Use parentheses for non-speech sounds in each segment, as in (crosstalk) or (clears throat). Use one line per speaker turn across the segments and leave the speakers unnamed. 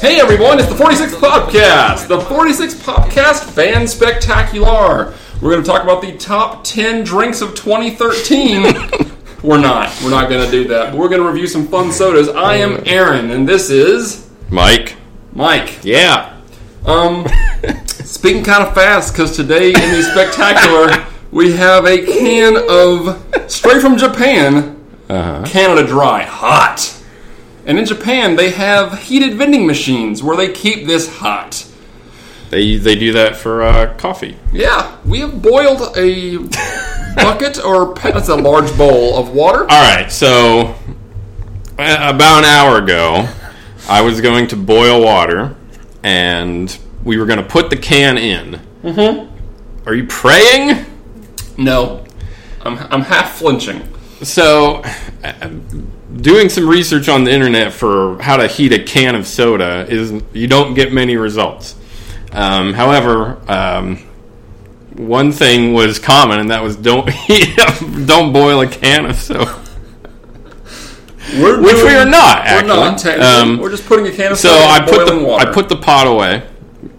Hey everyone, it's the 46th Podcast, the 46th Podcast Fan Spectacular. We're going to talk about the top 10 drinks of (laughs) 2013. we're not. We're not going to do that. But we're going to review some fun sodas. I am Aaron, and this is
Mike.
Mike.
Yeah.
Um, speaking kind of fast because today in the (laughs) spectacular we have a can of straight from Japan, Uh-huh. Canada Dry, hot. And in Japan, they have heated vending machines where they keep this hot.
They they do that for uh, coffee.
Yeah, we have boiled (laughs) a bucket or pe- that's a large bowl of water.
All right. So a- about an hour ago, I was going to boil water, and we were going to put the can in. Mm-hmm. Are you praying?
No, I'm I'm half flinching.
So, uh, doing some research on the internet for how to heat a can of soda is you don't get many results. Um, however, um, one thing was common, and that was don't (laughs) heat up, don't boil a can of soda,
We're
which we are not.
We're
Actually,
not technically.
Um,
we're just putting a can of
so
soda in
I put
boiling
the
water.
I put the pot away,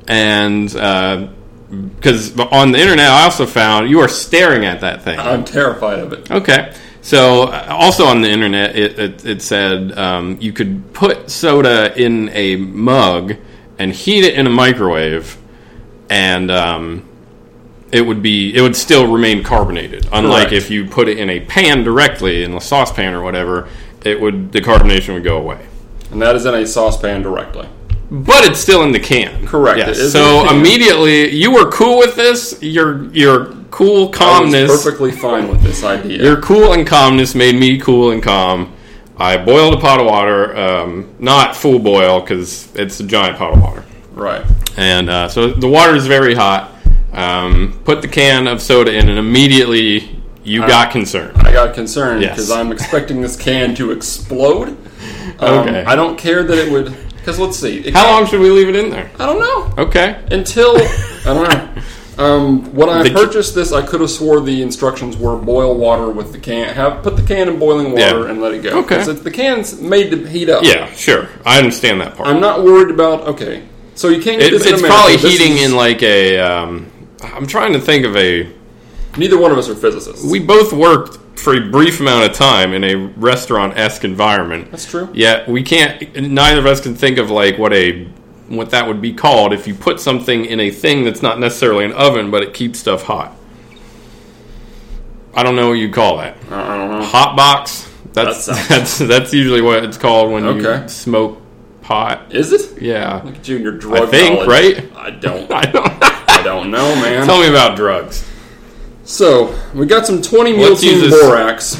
and because on the internet I also found you are staring at that thing.
I'm terrified of it.
Okay. So, uh, also on the internet, it, it, it said um, you could put soda in a mug and heat it in a microwave, and um, it would be it would still remain carbonated. Unlike
Correct.
if you put it in a pan directly in a saucepan or whatever, it would the carbonation would go away.
And that is in a saucepan directly.
But it's still in the can.
Correct,
Yes.
it is in
so
the can.
immediately you were cool with this. Your your cool
I was
calmness
perfectly fine with this idea.
Your cool and calmness made me cool and calm. I boiled a pot of water, um, not full boil because it's a giant pot of water,
right.
and uh, so the water is very hot. Um, put the can of soda in, and immediately you
Uh,
got concerned.
I got concerned
Yes.
because I'm expecting this can to explode. (laughs) Um,
Okay.
I don't care that it would. Because let's see. It
How long should we leave it in there?
I don't know.
Okay,
until I
(laughs)
don't know. Um, when I
The-
purchased this, I could have swore the instructions were boil water with the can. Have put the can in boiling water
Yeah.
and let it go.
Okay.
'Cause it- the can's made to heat up.
yeah, sure. I understand that part.
I'm not worried about. Okay, so you can't. Get
It-
this in
it's
America.
probably
This
heating
is-
in like a. Um, I'm trying to think of a.
Neither one of us are physicists.
We both worked for a brief amount of time in a restaurant esque environment.
That's true.
Yeah, we can't. Neither of us can think of like what a what that would be called if you put something in a thing that's not necessarily an oven, but it keeps stuff hot. I don't know what you call that.
I- I don't know.
Hot box. That's
That sounds-
that's that's usually what it's called when
Okay.
you smoke pot.
Is it?
Yeah,
Look at you and your drug
think,
knowledge.
right? (laughs)
I don't.
I don't.
I don't know, man.
Tell me about drugs.
so we got some 20
Let's use
Miltine
this-
borax.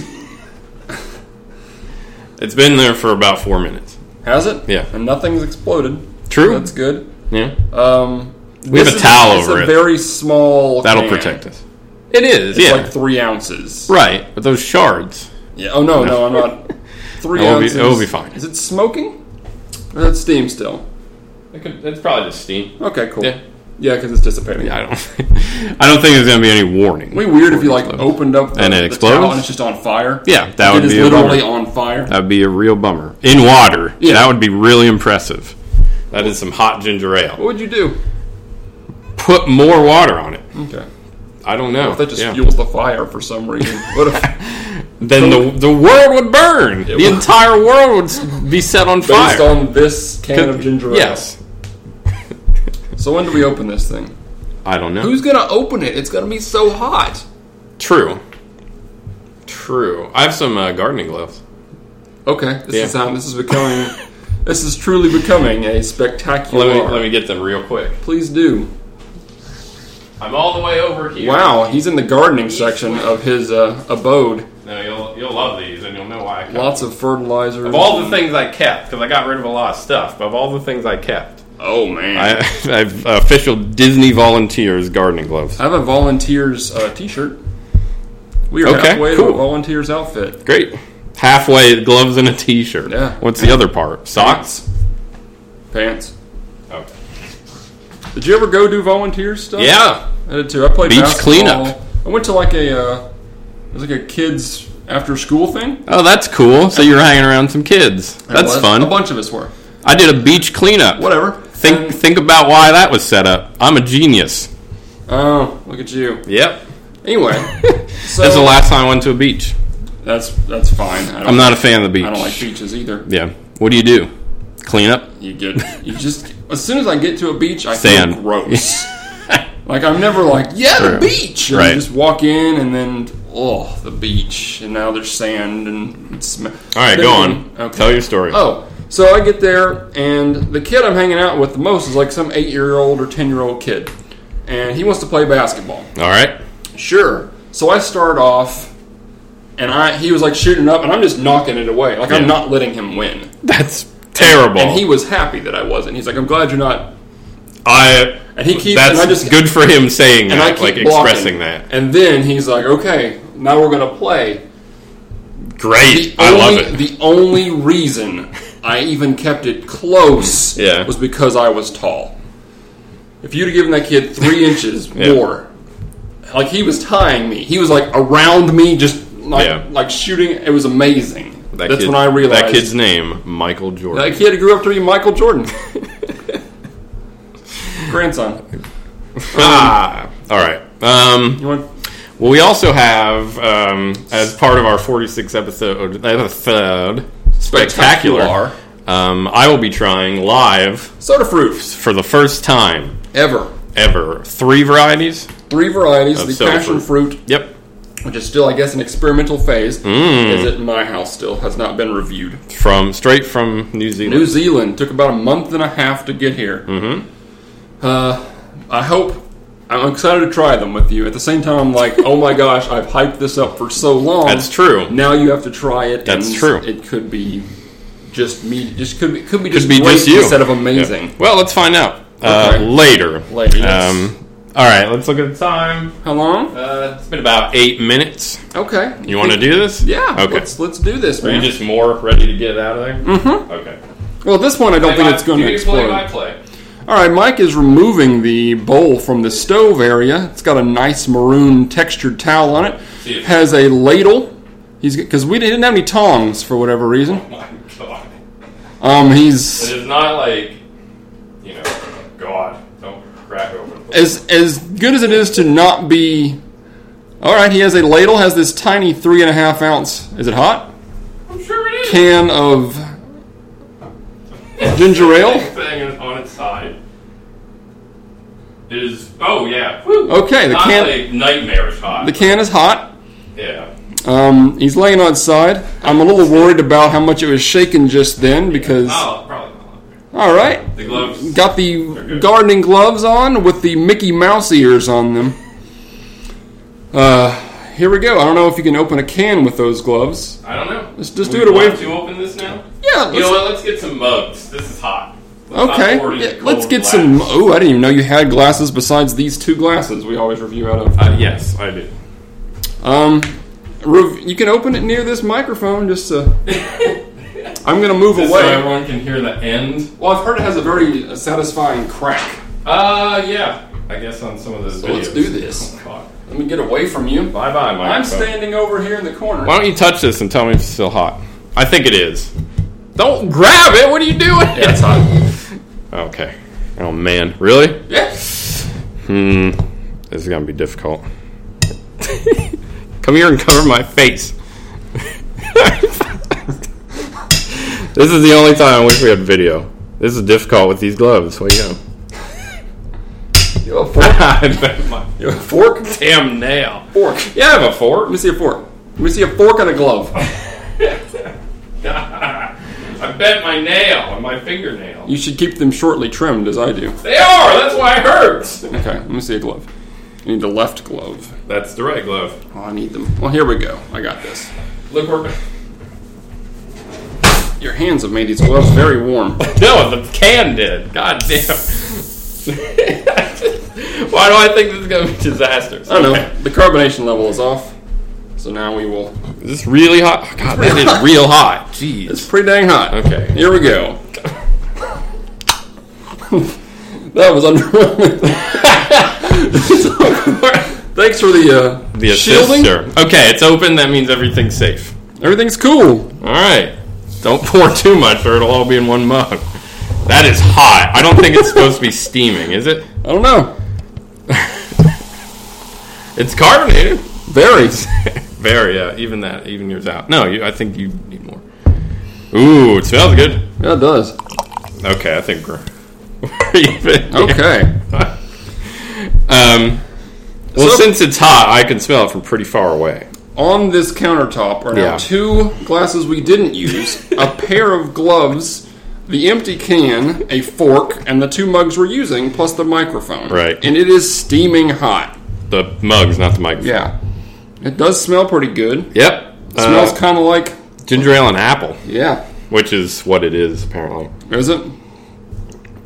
It's been there for about four minutes.
Has it?
Yeah.
And nothing's exploded.
True.
That's good.
yeah,
Um,
We have
this
a
is-
towel
it's
over
a
it.
Very small.
that'll
can.
protect us. It is.
It's
yeah.
like three ounces.
right, but those shards.
Yeah. Oh no, no, I'm
(laughs)
not. Three
It'll be-
ounces.
it'll be fine.
Is it smoking? Or that's steam still.
It could, it's probably just steam.
Okay, cool.
Yeah.
Yeah, because it's dissipating.
I don't. I don't (laughs) think there's going to be any warning.
It'd be weird if you like opened up the,
And it
the
explodes?
towel and it's just on fire.
Yeah, that
Like,
would
it is
be a
literally on fire.
That'd be a real bummer. In water.
Yeah.
That would be really impressive. That is some hot ginger ale.
What would you do?
Put more water on it.
Okay,
I don't know.
that just
Yeah.
fuels the fire for some
(laughs)
reason. What (laughs) if,
then the the world would burn. The
would.
entire world would s- be set on
based
fire.
on this can of ginger ale?
Yes.
So when do we open this thing?
I don't know.
Who's gonna open it? It's gonna be so hot.
True. True. I have some uh, gardening gloves.
Okay, this
Yeah.
is how, this is becoming. (laughs) this is truly becoming a spectacular.
Let me let me get them real quick.
Please do.
I'm all the way over here.
Wow, he's in the gardening section of his uh, abode.
No, you'll you'll love these, and you'll know why. I cut
Lots of fertilizer.
Of all the things I kept, because I got rid of a lot of stuff, but of all the things I kept,
oh man,
I, (laughs)
I,
I've uh, official Disney volunteers gardening gloves.
have a volunteers uh, T-shirt. We are
Okay,
halfway to
cool.
a volunteers outfit.
Great. Halfway gloves and a T-shirt.
Yeah.
What's the other part? Socks.
Pants.
Okay.
Did you ever go do volunteer stuff?
Yeah.
I did too. I played
Beach
basketball.
cleanup.
I went to like a uh, it was like a kids after school thing.
Oh, that's cool. So you're hanging around some kids.
It
That's
was.
fun.
A bunch of us were.
I did a beach cleanup.
Whatever.
Think think about why that was set up. I'm a genius.
Oh, look at you.
Yep.
Anyway, (laughs) so
That's the last time I went to a beach.
That's that's fine. I don't,
I'm not a fan of the beach.
I don't like beaches either.
Yeah. What do you do? Clean up?
You get you just as soon as I get to a beach, I
Sand.
feel
(laughs)
gross. like I'm never like yeah,
True.
the beach. And
Right.
You just walk in and then oh, the beach, and now there's sand and it sm-
All right, go on.
Okay.
Tell your story.
Oh, so I get there, and the kid I'm hanging out with the most is like some eight year old or ten year old kid, and he wants to play basketball.
All right.
Sure. So I start off, and I he was like shooting up, and I'm just knocking it away. Like
Yeah.
I'm not letting him win.
That's terrible.
And he was happy that I wasn't. He's like, I'm glad you're not.
I
And he keeps. and
that's
I just
good for him saying
and I
that,
keep
like
blocking.
expressing that.
And then he's like, okay, now we're gonna play.
Great.
The
I
only,
love it.
The only reason I even kept it close
Yeah.
was because I was tall. If you'd have given that kid
(laughs)
three inches
Yeah.
more, like he was tying me, he was like around me, just like
Yeah.
like shooting. It was amazing.
That
That's
kid-
when I realized
that kid's name Michael Jordan.
that kid grew up to be Michael Jordan, (laughs)
(laughs)
grandson.
ah. All right. Um,
You want?
well, we also have um, as part of our 46 episode uh, third spectacular.
Spectacular.
Um, I will be trying live
Soda fruit
for the first time
ever.
ever three varieties.
Three varieties.
Of
the
soda
passion fruit,
Yep.
which is still, I guess, an experimental phase,
Mm.
is at my house still has not been reviewed.
From straight from New Zealand.
New Zealand took about a month and a half to get here. Mm-hmm. Uh, I hope I'm excited to try them with you. At the same time, I'm like, oh my gosh, I've hyped this up for so long.
That's true.
Now you have to try it.
That's
and
true.
It could be just me. Just could be could be just,
Could be
great
just you.
instead of amazing.
Yeah. Well, let's find out uh,
Okay.
later. Um,
Later, yes.
all right. Let's look at the time.
How long?
Uh, it's been about eight minutes.
Okay.
You want to do this?
Yeah.
Okay.
Let's let's do this,
Are you
man.
just more ready to get it out of there? Mm-hmm. Okay.
well, at this point, I don't think it's going to explode.
play.
All right, Mike is removing the bowl from the stove area. It's got a nice maroon textured towel on it.
See it.
Has a ladle. He's because we didn't have any tongs for whatever reason.
Oh My God.
Um, he's
It is not like, you know, God, don't crack open.
as as good as it is to not be. All right, he has a ladle. Has this tiny three and a half ounce. Is it hot?
I'm sure it is.
Can of ginger
(laughs)
ale.
thing is on its side. It is. Oh yeah. Woo.
Okay, the
Not
can-
like nightmarish hot.
The can is hot.
yeah.
Um, he's laying on its side. I'm a little worried about how much it was shaken just then because.
Oh, probably not.
All right.
The gloves.
Got the gardening gloves on with the Mickey Mouse ears on them. Uh, here we go. I don't know if you can open a can with those gloves.
I don't know. Let's
just do it away-
Want to open this now?
Yeah,
You know
let's,
what? Let's get some mugs. This is hot. Let's not
okay.
pour it into
Yeah, let's
cold
get
glass.
some. Oh, I didn't even know you had glasses besides these two glasses we always review out of.
Uh, yes, I do.
Um, rev- you can open it near this microphone. Just
(laughs)
to, I'm gonna move
Just so
away.
everyone can hear the end.
Well, I've heard it has a very uh, satisfying crack.
Uh, yeah. I guess on some of those videos.
let's do this.
Oh, God.
Let me get away from you.
Bye bye, Mike.
I'm standing over here in the corner.
Why don't you touch this and tell me if it's still hot? I think it is. Don't grab it. What are you doing?
Yeah, it's (laughs) hot.
Okay. Oh man, really?
Yeah.
Hmm. This is gonna be difficult. (laughs) Come here and cover my face. (laughs) this is the only time I wish we had video. This is difficult with these gloves. What do you know?
You have a fork?
(laughs) I bet my
You have a fork?
damn nail.
Fork.
Yeah, I have a
Let me
fork. (laughs)
see a fork. Let me see a fork and a glove.
I bet my nail on my fingernail.
You should keep them shortly trimmed, as I do.
They are. That's why it hurts.
Okay, let me see a glove. I need the left glove.
That's the right glove.
Oh, I need them. Well, here we go. I got this.
Look where.
Your hands have made these gloves very warm.
No, the can did. God damn. (laughs) Why do I think this is going to be disastrous?
I don't know. The carbonation level is off. So now we will.
Is this really hot? Oh, God, that is real hot. Jeez.
It's pretty dang hot.
Okay. (laughs)
Here we go. that was underwhelming. (laughs) Thanks for the, uh,
The
shielding.
assister. Okay, it's open. That means everything's safe.
Everything's cool.
(laughs) All right. Don't pour too much or it'll all be in one mug. That is hot. I don't think it's supposed to be steaming, is it?
I don't know.
It's carbonated.
Varies.
Very, yeah. Even that, even yours out. No, you, I think you need more. Ooh, it smells good.
Yeah, it does.
Okay, I think we're, (laughs) we're even.
Okay.
(laughs) Um, well,
So-
since it's hot, I can smell it from pretty far away.
On this countertop are now
Yeah.
two glasses we didn't use,
(laughs)
a pair of gloves, the empty can, a fork, and the two mugs we're using, plus the microphone.
Right.
And it is steaming hot.
The mugs, not the microphone.
Yeah. It does smell pretty good.
Yep.
It smells
Uh,
kind of like,
ginger ale and apple,
yeah.
which is what it is apparently.
Is it?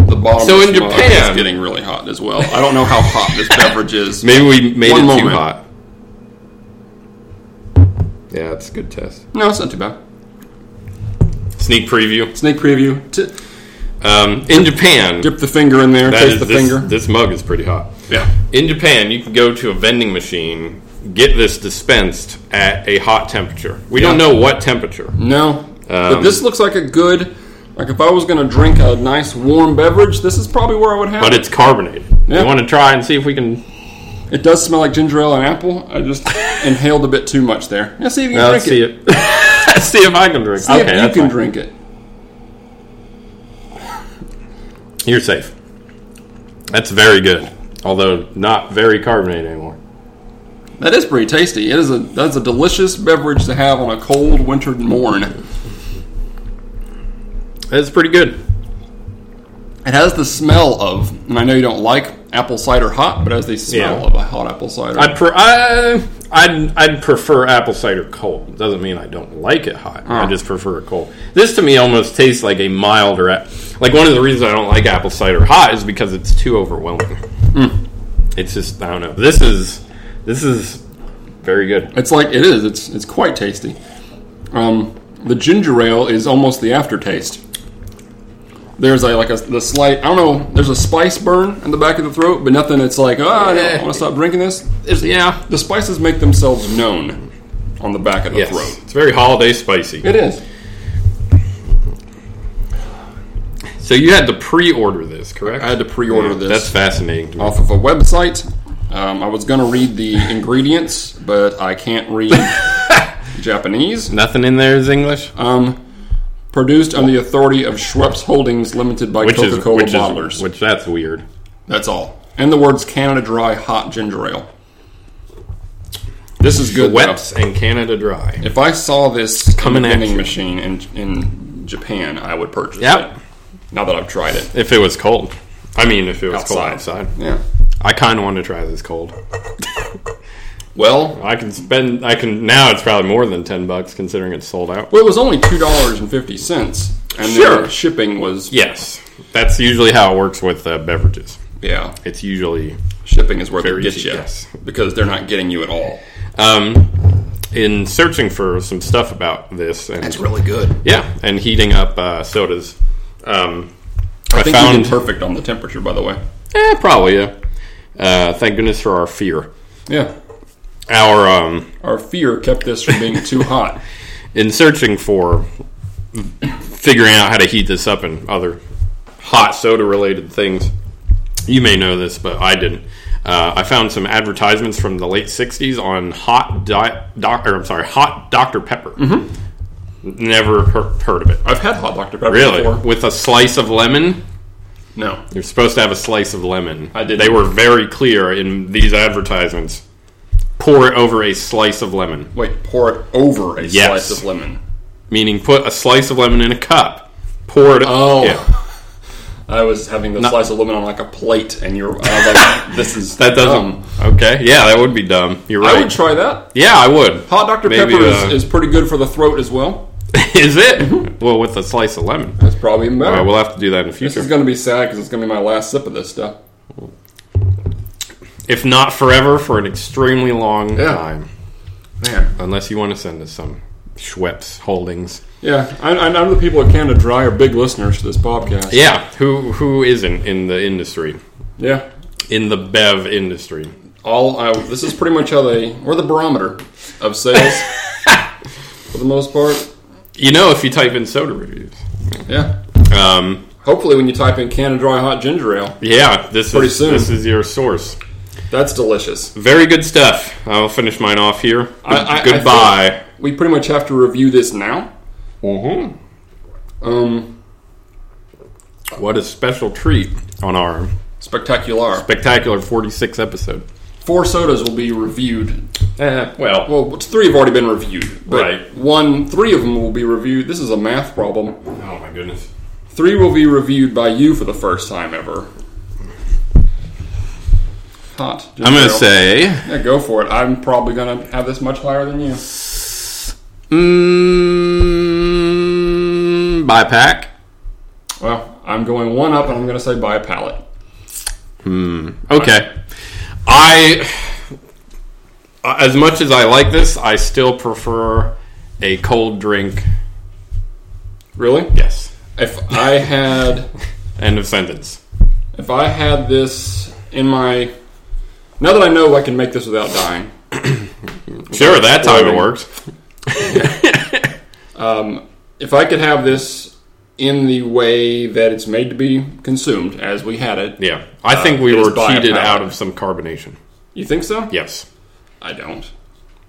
The bottom
So
of
in
this mug
Japan-
is getting really hot as well. I don't know how hot this beverage
(laughs)
is.
Maybe we made
One
it
moment.
too hot. Yeah, it's a good test.
No, it's not too bad.
Sneak preview.
Snake preview. T-
Um, in Japan,
dip the finger in there.
that
taste
is-
the
this,
finger.
this mug is pretty hot.
yeah.
In Japan, you can go to a vending machine, get this dispensed at a hot temperature. We don't know what temperature.
No, but
Um,
this looks like a good. Like if I was going to drink a nice warm beverage, this is probably where I would have
But
it.
it's carbonated.
Yeah.
You want to try and see if we can.
It does smell like ginger ale and apple. I
(laughs)
just inhaled a bit too much there. Now see if you can
Now,
drink
let's see
it.
it. (laughs) see if I can drink.
See
okay,
if you
that's
can
fine.
drink it.
You're safe. That's very good, although not very carbonated anymore.
That is pretty tasty. It is a that's a delicious beverage to have on a cold winter morn. It
That's pretty good.
has the smell of, and I know you don't like apple cider hot, but it has the smell
Yeah.
of a hot apple cider.
I pre- I, I'd, I'd prefer apple cider cold. Doesn't mean I don't like it hot. I
Oh.
just prefer it cold. This to me almost tastes like a milder. a- Like one of the reasons I don't like apple cider hot is because it's too overwhelming.
Hmm.
It's just I don't know. This is this is very good.
It's like it is. It's it's quite tasty. Um, the ginger ale is almost the aftertaste. There's a like a the slight I don't know. There's a spice burn in the back of the throat, but nothing. It's like oh, I don't want to stop drinking this.
It's, yeah,
The spices make themselves known on the back of the
yes.
throat.
It's very holiday spicy.
It is.
So you had to pre-order this, correct?
I had to pre-order
Yeah,
this Oh.
That's fascinating. To me.
off of a website. Um, I was gonna read the ingredients, but I can't
(laughs)
read Japanese.
Nothing in there is English,
Um, produced under the authority of Schweppes Holdings Limited by
which is
Coca Cola
which
Bottlers.
is which that's weird.
That's all. And the words Canada Dry Hot Ginger Ale. This is good. though.
Schweppes and Canada Dry.
If I saw this
Coming
in
at
a vending
you.
machine in, in Japan, I would purchase
Yep.
it. Now that I've tried it.
If it was cold. I mean, if it was cold
Outside.
outside.
Yeah.
I kind of want to try this cold.
Well,
I can spend, I can, now it's probably more than 10 bucks considering it's sold out.
well, it was only two dollars and fifty cents, and
Sure.
their shipping was
Yes. That's usually how it works with uh, beverages.
yeah.
It's usually,
Shipping is where
Very
they get
cheap,
you
yes.
because they're not getting you at all.
um, in searching for some stuff about this and,
really good.
yeah, and heating up uh, sodas, um, I,
I think you
found,
did perfect on the temperature, by the way.
eh, probably, yeah. Uh, thank goodness for our fear.
Yeah,
Our, um,
our fear kept this from being too
(laughs)
hot.
in searching for figuring out how to heat this up and other hot soda related things, you may know this, but I didn't. Uh, I found some advertisements from the late '60s on hot di- doc- or I'm sorry, hot Dr Pepper. Never heard, heard of it.
I've had hot Dr Pepper
Really,
Mm-hmm. before.
with a slice of lemon.
No,
You're supposed to have a slice of lemon.
I didn't.
They were very clear in these advertisements. Pour it over a slice of lemon,
Wait, pour it over a
Yes.
slice of lemon.
meaning put a slice of lemon in a cup. Pour it.
Oh.
Yeah. (laughs)
I was having the slice of lemon on like a plate, and you're. I was
(laughs)
like, this is
That doesn't.
dumb.
Okay. Yeah, that would be dumb. You're right.
I would try that.
yeah, I would.
Hot Dr
Maybe,
Pepper
uh,
is, is pretty good for the throat as well.
(laughs) Is it? well, with a slice of lemon.
That's probably even better.
All right, we'll have to do that in the
this
future.
is going to be sad because it's going to be my last sip of this stuff.
if not forever, for an extremely long
Yeah.
time.
Man,
Unless you want to send us some Schweppes holdings.
yeah, I, I know the people at Canada Dry are big listeners to this podcast.
Yeah. Who who isn't in the industry?
Yeah,
In the bev industry.
all I, this is pretty much how they we're the barometer of
(laughs)
sales for the most part.
You know, if you type in soda reviews,
Yeah,
um,
Hopefully, when you type in Canada Dry Hot Ginger Ale,
Yeah, this
Pretty
is
soon.
this is your source.
that's delicious.
Very good stuff. I'll finish mine off here.
I- I-
Goodbye.
We pretty much have to review this now.
Mhm.
Um,
What a special treat on our
spectacular.
spectacular 46 episode.
Four sodas will be reviewed.
Eh, well,
Well, three have already been reviewed. but
Right.
One, three of them will be reviewed. This is a math problem.
oh my goodness.
Three will be reviewed by you for the first time ever. Hot. ginger
I'm going
ale.
to say
Yeah, go for it. I'm probably gonna have this much higher than you.
mm, buy pack.
Well, I'm going one up, and I'm gonna say buy a pallet.
Okay. I as much as I like this, I still prefer a cold drink.
Really?
Yes.
If I had,
End of sentence.
if I had this in my, now that I know I can make this without dying,
Sure, that time it works.
um, if I could have this in the way that it's made to be consumed as we had it,
Yeah. I think we
it is
were
by a
cheated
palate.
out of some carbonation.
you think so?
Yes.
I don't.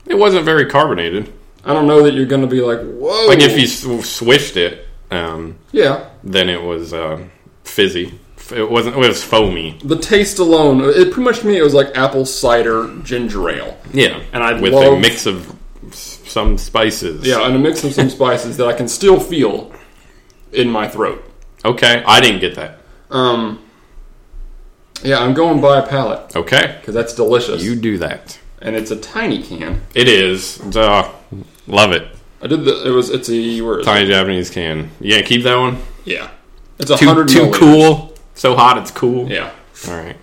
It wasn't very carbonated.
I don't know that you're gonna be like, whoa.
Like if you sw- swished it, um,
yeah,
then it was uh, fizzy. F- It wasn't. It was foamy.
the taste alone, it pretty much to me it was like apple cider ginger ale.
Yeah,
And I
with a
love-
mix of s- some spices.
Yeah, and a mix of some spices that I can still feel in my throat.
Okay, I didn't get that.
Um, yeah, I'm going by a pallet
Okay,
because that's delicious,
you do that.
and it's a tiny can.
It is. Duh. Love it.
I did the. It was. It's a. Where is it?
Tiny Japanese can. You gonna keep that one?
Yeah, it's a
Too
hundred.
too
milliliters.
cool. So hot, it's cool.
Yeah,
All right.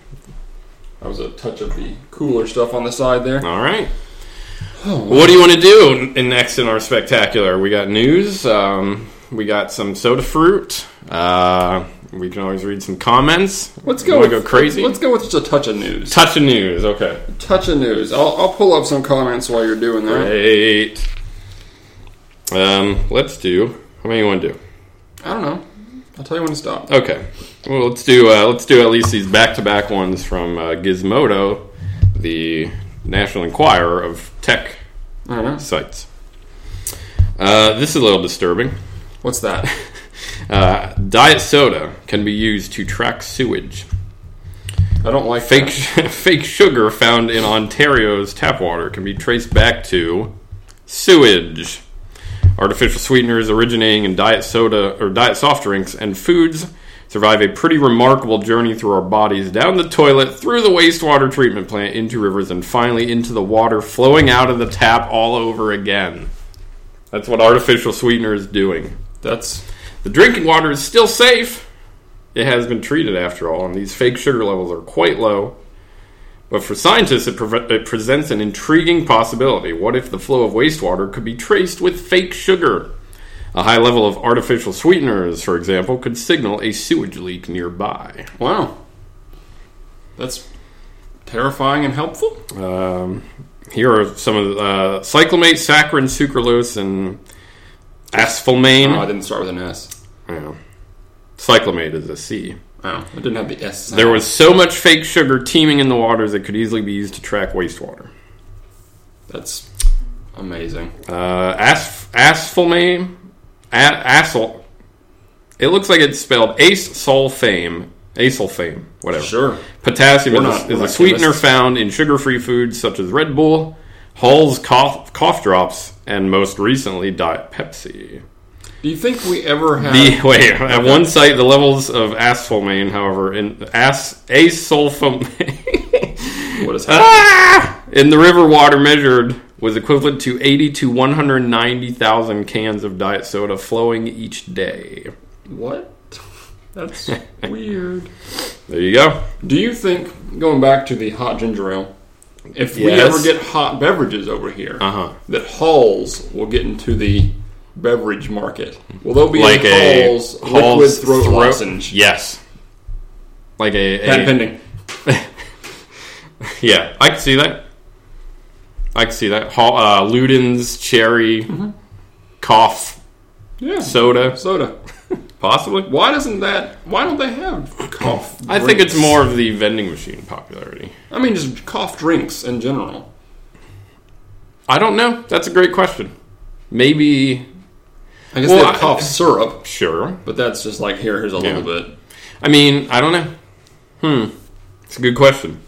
that was a touch of the cooler stuff on the side there.
All right.
Oh,
What do you want to do in- in next in our spectacular? We got news. Um, we got some soda fruit. Uh, we can always read some comments.
Let's
You
go.
wanna
With,
go crazy.
Let's go with just a touch of news.
Touch of news. Okay.
touch of news. I'll, I'll pull up some comments while you're doing that.
Great. Um, let's do. How many you want to do?
I don't know. I'll tell you when to stop.
Okay. Well, let's do. Uh, let's do at least these back-to-back ones from uh, Gizmodo, the National Enquirer of tech
I don't know.
sites. Uh, this is a little disturbing.
What's
(laughs)
that?
Uh, diet soda can be used to track sewage.
I don't like
Fake, (laughs)
that.
fake sugar found in Ontario's tap water can be traced back to sewage. Artificial sweeteners originating in diet soda or diet soft drinks and foods survive a pretty remarkable journey through our bodies, down the toilet, through the wastewater treatment plant, into rivers, and finally into the water flowing out of the tap all over again. That's what artificial sweetener is doing.
That's
The drinking water is still safe. It has been treated after all, and these fake sugar levels are quite low. But for scientists, it, preve- it presents an intriguing possibility. What if the flow of wastewater could be traced with fake sugar? A high level of artificial sweeteners, for example, could signal a sewage leak nearby.
wow. That's terrifying and helpful.
Um, here are some of the uh, cyclamate, saccharin, sucralose, and
Oh, I
asphulmane.
didn't start with an S.
Yeah. Cyclamate is a C.
Oh, I didn't have the S. sound.
There was so much fake sugar teeming in the waters it could easily be used to track wastewater.
That's amazing.
Uh, as- asphulmame, a- asyl. It looks like it's spelled ace sulfame, asulfame, whatever.
Sure.
Potassium is,
We're
a-
not-
is
we're
a
not
sweetener
chemists.
found in sugar-free foods such as Red Bull, Hall's cough, cough drops, and most recently Diet Pepsi.
Do you think we ever have?
The, (laughs) wait, at one site, the levels of asphulmane, however, in as, (laughs) asulfame.
what
(laughs)
is happening?
Ah! In the river water measured was equivalent to 80 to 190,000 cans of diet soda flowing each day.
(laughs) What? (laughs) That's weird.
There you go.
Do you think going back to the hot ginger ale? If we
Yes.
ever get hot beverages over here,
Uh-huh.
that Halls will get into the beverage market. Will there be
Like
a
a
Halls liquid
Hall's
throat,
throat-
lozenge?
Yes. Like a,
Patent
a
pending.
yeah, I can see that. I can see that. Hall, uh, Luden's cherry cough
Yeah.
soda.
Soda.
Possibly.
Why doesn't that? Why don't they have cough?
I think
drinks?
it's more of the vending machine popularity.
I mean, just cough drinks in general.
I don't know. That's a great question. Maybe
I guess
Well,
they have
I-
cough syrup,
sure.
but that's just like here, here's a
Yeah.
little bit.
I mean, I don't know. Hmm. It's a good question.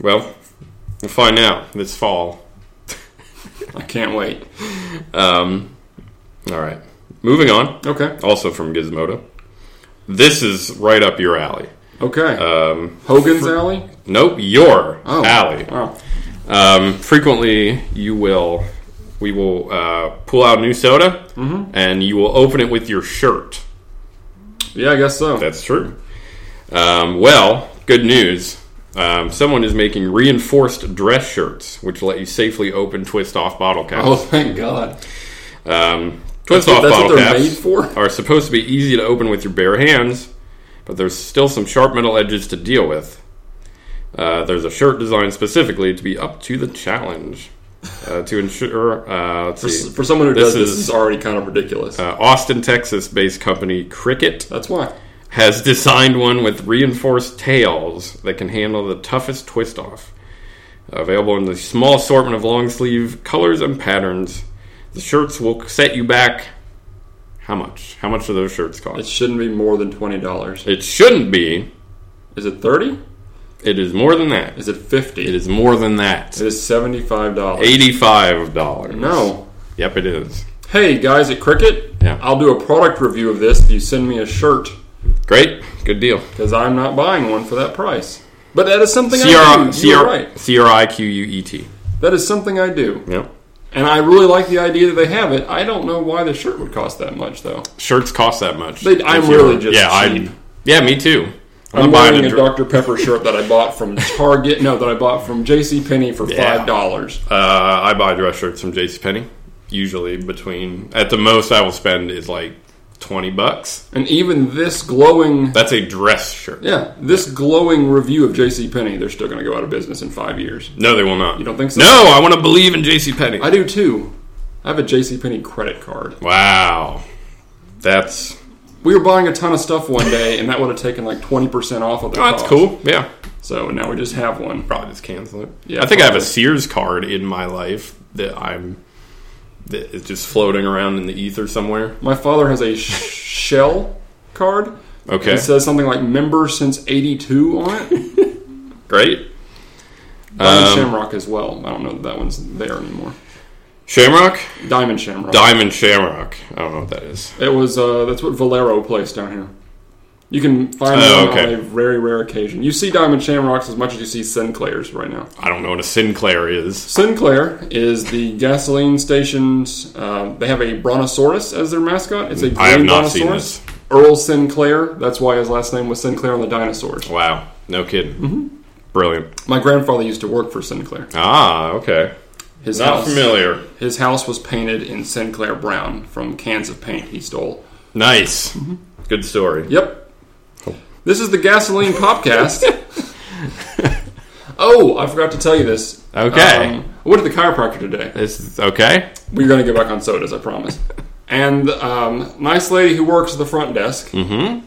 Well, we'll find out this fall.
I can't wait.
Um, all right. Moving on.
Okay.
Also from Gizmodo. This is right up your alley.
Okay.
Um,
Hogan's Alley.
nope, your
Oh,
alley.
Wow.
Um, frequently, you will, we will uh, pull out a new soda, and you will open it with your shirt.
Yeah, I guess so.
That's true. Um, well, good news. Um, someone is making reinforced dress shirts, which let you safely open twist off bottle
oh,
caps.
thank God.
Um, twist off
That's what
bottle
they're
caps
made
(laughs)
for?
are supposed to be easy to open with your bare hands, but there's still some sharp metal edges to deal with. Uh, there's a shirt designed specifically to be up to the challenge uh, to ensure. Uh, let's see.
For someone who
This
does this
is-
is already kind of ridiculous.
Uh, Austin, Texas based company Cricket
That's why.
has designed one with reinforced tails that can handle the toughest twist off. Available in the small assortment of long sleeve colors and patterns. The shirts will set you back. How much? How much do those shirts
It
cost?
shouldn't be more than twenty dollars.
It shouldn't be.
Is it thirty?
It is more than that.
Is it fifty?
It is more than that.
It is seventy-five dollars.
Eighty-five dollars.
No.
Yep, it is.
Hey guys at Cricket,
Yeah.
I'll do a product review of this if you send me a shirt
Great. Good deal.
because I'm not buying one for that price. But that is something
C
I
R
do. You're right.
C R I Q U E T.
That is something I do,
Yep.
and I really like the idea that they have it. I don't know why the shirt would cost that much though.
shirts cost that much.
They- I'm
If you're-
really just
yeah,
cheap.
I, yeah, me too.
I'm
not buying
wearing a
dr-
Dr Pepper shirt that I bought from Target. No, that I bought from J.C. Penney for
Yeah.
five dollars.
uh, I buy dress shirts from JCPenney. Usually between at the most I will spend is like twenty bucks.
And even this glowing,
That's a dress shirt.
yeah, this glowing review of J.C. Penney, they're still going to go out of business in five years.
No, they will not. You
don't think so?
No, I want to believe in JCPenney.
I do too. I have a J.C. Penney credit card.
wow, that's
We were buying a ton of stuff one day, and that would have taken like twenty percent off of the
oh, that's
cost.
cool. Yeah,
So now we just have one.
probably just cancel it.
Yeah,
I think I have a
probably.
Sears card in my life that I'm that is just floating around in the ether somewhere.
My father has a sh- shell card.
Okay,
It says something like "member since '82" on
(laughs)
it.
great.
Diamond
Um,
Shamrock as well. I don't know that that one's there anymore.
Shamrock,
Diamond Shamrock.
Diamond Shamrock. I don't know what that is.
It was uh, that's what Valero placed down here. You can find
Oh,
them
okay.
on a very rare occasion. You see diamond shamrocks as much as you see Sinclairs right now.
I don't know what a Sinclair is.
Sinclair is the gasoline station's. Uh, they have a brontosaurus as their mascot. It's a green
I have not seen
brontosaurus. Earl Sinclair. That's why his last name was Sinclair on the dinosaurs.
Wow, no kidding.
Mm-hmm.
Brilliant.
My grandfather used to work for Sinclair.
Ah, okay.
His
Not
house,
familiar.
His house was painted in Sinclair brown from cans of paint he stole.
Nice. Good story.
Mm-hmm. Yep. This is the Gasoline
(laughs)
Popcast. oh, I forgot to tell you this. Um,
Okay.
I went to the chiropractor today.
It's okay.
We're going to go back on sodas, I promise. And um, nice lady who works at the front desk,
Mm-hmm.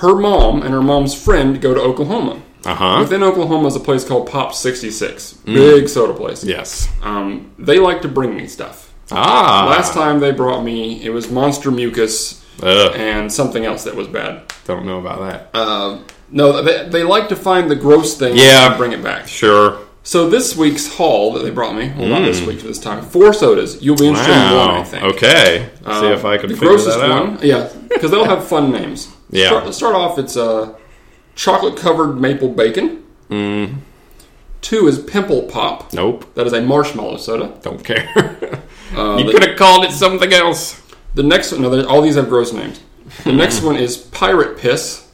her mom and her mom's friend go to Oklahoma.
Uh huh. Mm.
Within Oklahoma is a place called Pop 66. Big soda place.
Yes.
Um, they like to bring me stuff.
Ah.
Last time they brought me, it was Monster Mucus
Ugh,
and something else that was bad.
don't know about that.
Uh, no, they, they like to find the gross thing
Yeah.
and bring it back.
sure.
So this week's haul that they brought me, well, not this week, but this time, four sodas. You'll be interested in one, I
Mm. Wow.
think.
Okay.
Uh,
See if I can
the
figure
grossest
that out.
one, yeah, because they'll have fun names.
(laughs) Yeah.
Start, let's start off. It's uh, chocolate covered maple bacon.
Mm,
Two is pimple pop.
nope.
That is a marshmallow soda.
Don't care. (laughs)
Uh,
you
the,
could have called it something else.
the next one, no, they- all these have gross names. The
(laughs)
next one is pirate piss.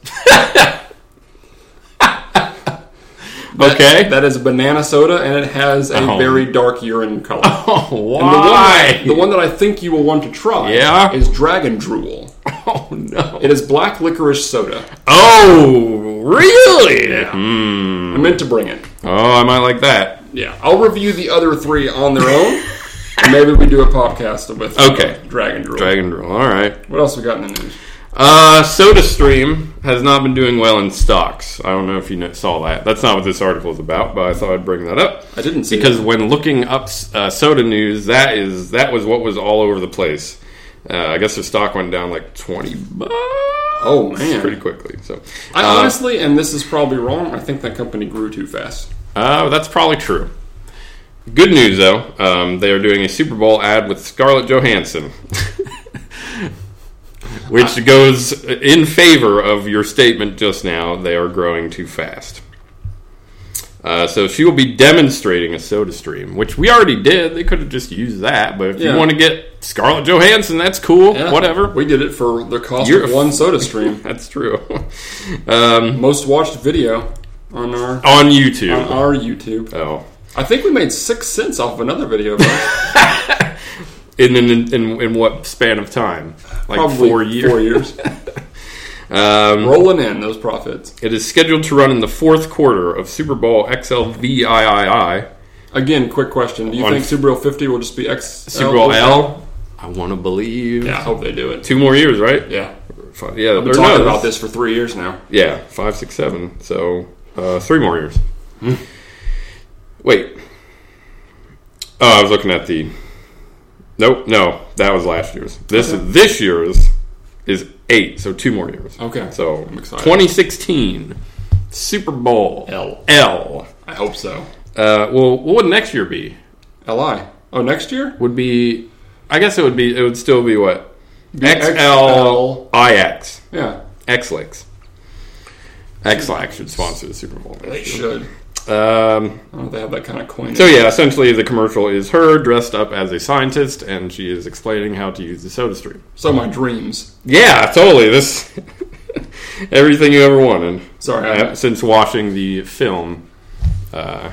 That-
Okay.
that is banana soda, and it has a
Oh.
very dark urine color.
(laughs) oh,
The one,
why?
that, (laughs) the one that I think you will want to try
Yeah?
is Dragon Drool.
Oh no.
It is black licorice soda.
Oh, really?
I meant to bring it.
Oh, I might like that.
Yeah. I'll review the other three on their own.
(laughs)
and maybe we do a podcast with uh,
Okay.
Dragon Drool.
Dragon Drool. All right.
What else we got in the news?
Uh, SodaStream has not been doing well in stocks. I don't know if you kn- saw that. That's not what this article is about, but I thought I'd bring that up
I didn't see
because when looking up uh, soda news, that is that was what was all over the place. Uh, I guess their stock went down like twenty bucks.
Oh, man.
pretty quickly. So,
I
uh,
honestly, and this is probably wrong, I think that company grew too fast.
Uh, that's probably true. Good news though, um, they are doing a Super Bowl ad with Scarlett Johansson, (laughs)
Uh,
which goes in favor of your statement just now. They are growing too fast. Uh, so she will be demonstrating a soda stream, which we already did. They could have just used that, but if
Yeah.
you want to get Scarlett Johansson, that's cool.
Yeah.
Whatever.
We did it for the cost
You're-
of one soda
(laughs)
stream.
That's true. um,
Most watched video on our
on YouTube.
on our YouTube.
oh.
I think we made six cents off of another video. Bro.
In, in, in, in what span of time? Like
Probably
four years.
Four (laughs) years.
Um,
(laughs) Rolling in those profits.
it is scheduled to run in the fourth quarter of Super Bowl XLVIII.
Again, quick question: Do you
On-
think Super Bowl Fifty will just be X
Super Bowl L. I want to believe.
Yeah, I hope they do it.
Two more years, right?
Yeah,
Five, yeah.
we've been
or
talking
no,
about this for three years now.
Yeah, five, six, seven. So uh, three more years.
Hmm.
Wait. Oh, I was looking at the. Nope, no, that was last year's. This
Okay.
this year's is eight, so two more years.
Okay.
So
I'm excited.
2016 Super Bowl
L.
L.
I hope so.
Uh, well, what would next year be?
Li. Oh, next year.
Would be, I guess it would be. It would still be what
XL.
XLIX
Yeah,
XLIX. XLIX should sponsor the Super Bowl.
they should.
Um,
I don't know if they have that kind of coin.
so yeah, essentially the commercial is her dressed up as a scientist, and she is explaining how to use the Soda Stream.
so my dreams.
Yeah, totally. This (laughs) everything you ever wanted.
Sorry, I
Uh, since watching the film, uh,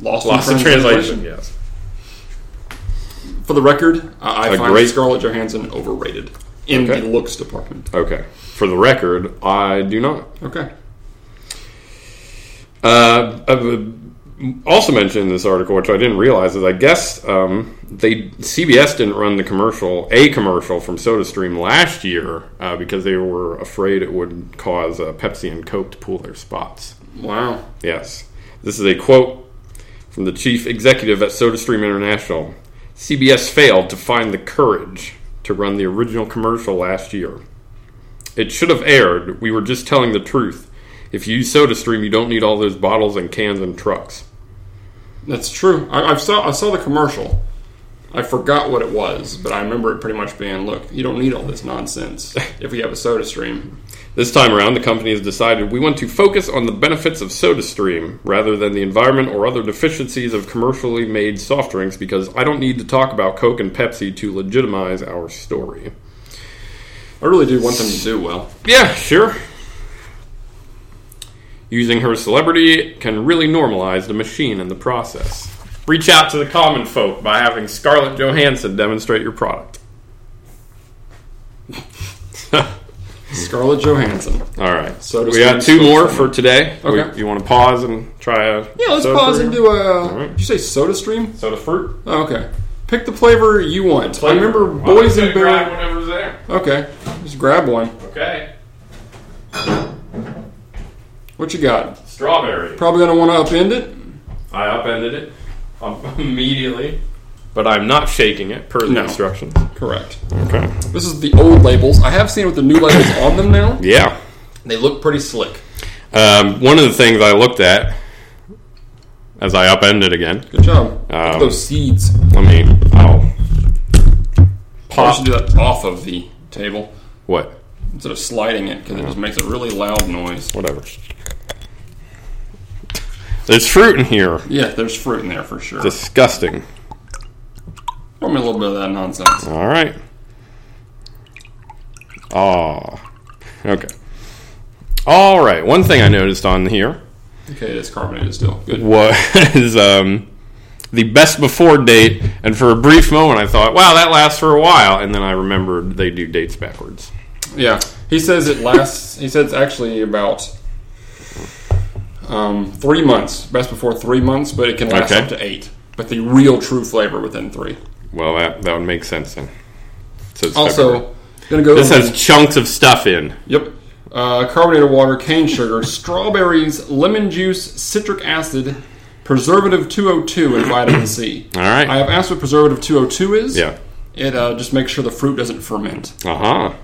lost,
Lost in Translation. Yes.
For the record, I, I
A
find
great-
Scarlett Johansson overrated in
Okay.
the looks department.
Okay. For the record, I do not.
Okay.
Uh, I would also mentioned in this article, which I didn't realize, is I guess um, they CBS didn't run the commercial, a commercial from SodaStream last year uh, because they were afraid it would cause uh, Pepsi and Coke to pull their spots.
Wow.
Yes, this is a quote from the chief executive at SodaStream International. CBS failed to find the courage to run the original commercial last year. It should have aired. We were just telling the truth. If you use SodaStream, you don't need all those bottles and cans and trucks.
That's true. I, I saw I saw the commercial. I forgot what it was, but I remember it pretty much being, "Look, you don't need all this (laughs) nonsense if we have a Soda Stream."
This time around, the company has decided we want to focus on the benefits of SodaStream rather than the environment or other deficiencies of commercially made soft drinks because I don't need to talk about Coke and Pepsi to legitimize our story.
I really do want them to do well.
Yeah, sure. Using her celebrity can really normalize the machine in the process. Reach out to the common folk by having Scarlett Johansson demonstrate your product. (laughs)
Scarlett Johansson.
All right,
So
so
does
we got
Steve's
two more
spokeswoman.
for today. We-
Okay.
you want to pause and try a
Yeah, let's
soda
pause
fruit?
and do a.
All right.
Did you say Soda Stream?
soda fruit.
Oh, okay. Pick the flavor you want. I remember
Well,
boysenberry.
just grab whatever's there.
Okay, just grab one.
Okay,
What you got?
strawberry.
Probably gonna want to upend it.
I upended it um, (laughs) immediately, but I'm not shaking it per the
No.
instructions.
Correct.
Okay.
This is the old labels. I have seen with the new labels on them now.
Yeah.
They look pretty slick.
Um, one of the things I looked at as I upended again.
Good job. Look at
Um,
those seeds.
Let me. I'll
I
pop.
should do that off of the table
What?
instead of sliding it because it just makes a really loud noise.
Whatever. There's fruit in here.
Yeah, there's fruit in there for sure. Just
Disgusting.
throw me a little bit of that nonsense.
All right. Ah. Okay. All right. One thing I noticed on here
Okay, it is carbonated still. Good.
was (laughs) um, the best before date, and for a brief moment I thought, "Wow, that lasts for a while," and then I remembered they do dates backwards.
Yeah, he says it lasts. he says it's actually about um, three months. Best before three months, but it can last
Okay.
up to eight. But the real true flavor within three.
Well, that, that would make sense then. So it's
Also, um,
February.
Gonna go.
This has chunks of stuff in.
Yep. Uh, carbonated water, cane sugar, (laughs) strawberries, lemon juice, citric acid, preservative 202, and (clears throat) vitamin C.
All right.
I have asked what preservative 202 is.
Yeah.
It uh, just makes sure the fruit doesn't ferment.
Uh huh.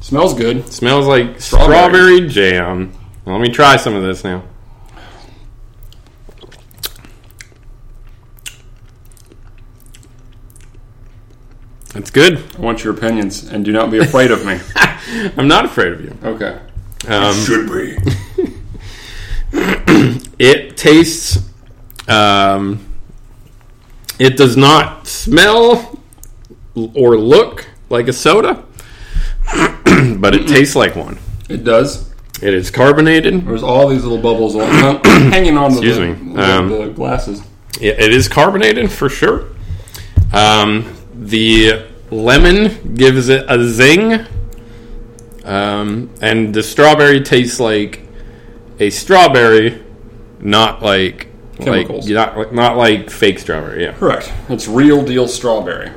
Smells good.
Smells like
Strawberry.
strawberry jam. Let me try some of this now. That's good. (laughs)
I want your opinions, and do not be afraid of me.
I'm not afraid of you.
Okay.
Um,
Should be.
It tastes. Um, it does not smell or look like a soda, (clears throat) but it tastes like one.
It does.
It is carbonated.
There's all these little bubbles on, (coughs) hanging on to
Excuse
the,
me.
the-
Um,
the glasses.
It, it is carbonated for sure. Um, the lemon gives it a zing, um, and the strawberry tastes like a strawberry, not like
Chemicals.
like not, like- not like fake strawberry. Yeah.
Correct. It's real deal strawberry.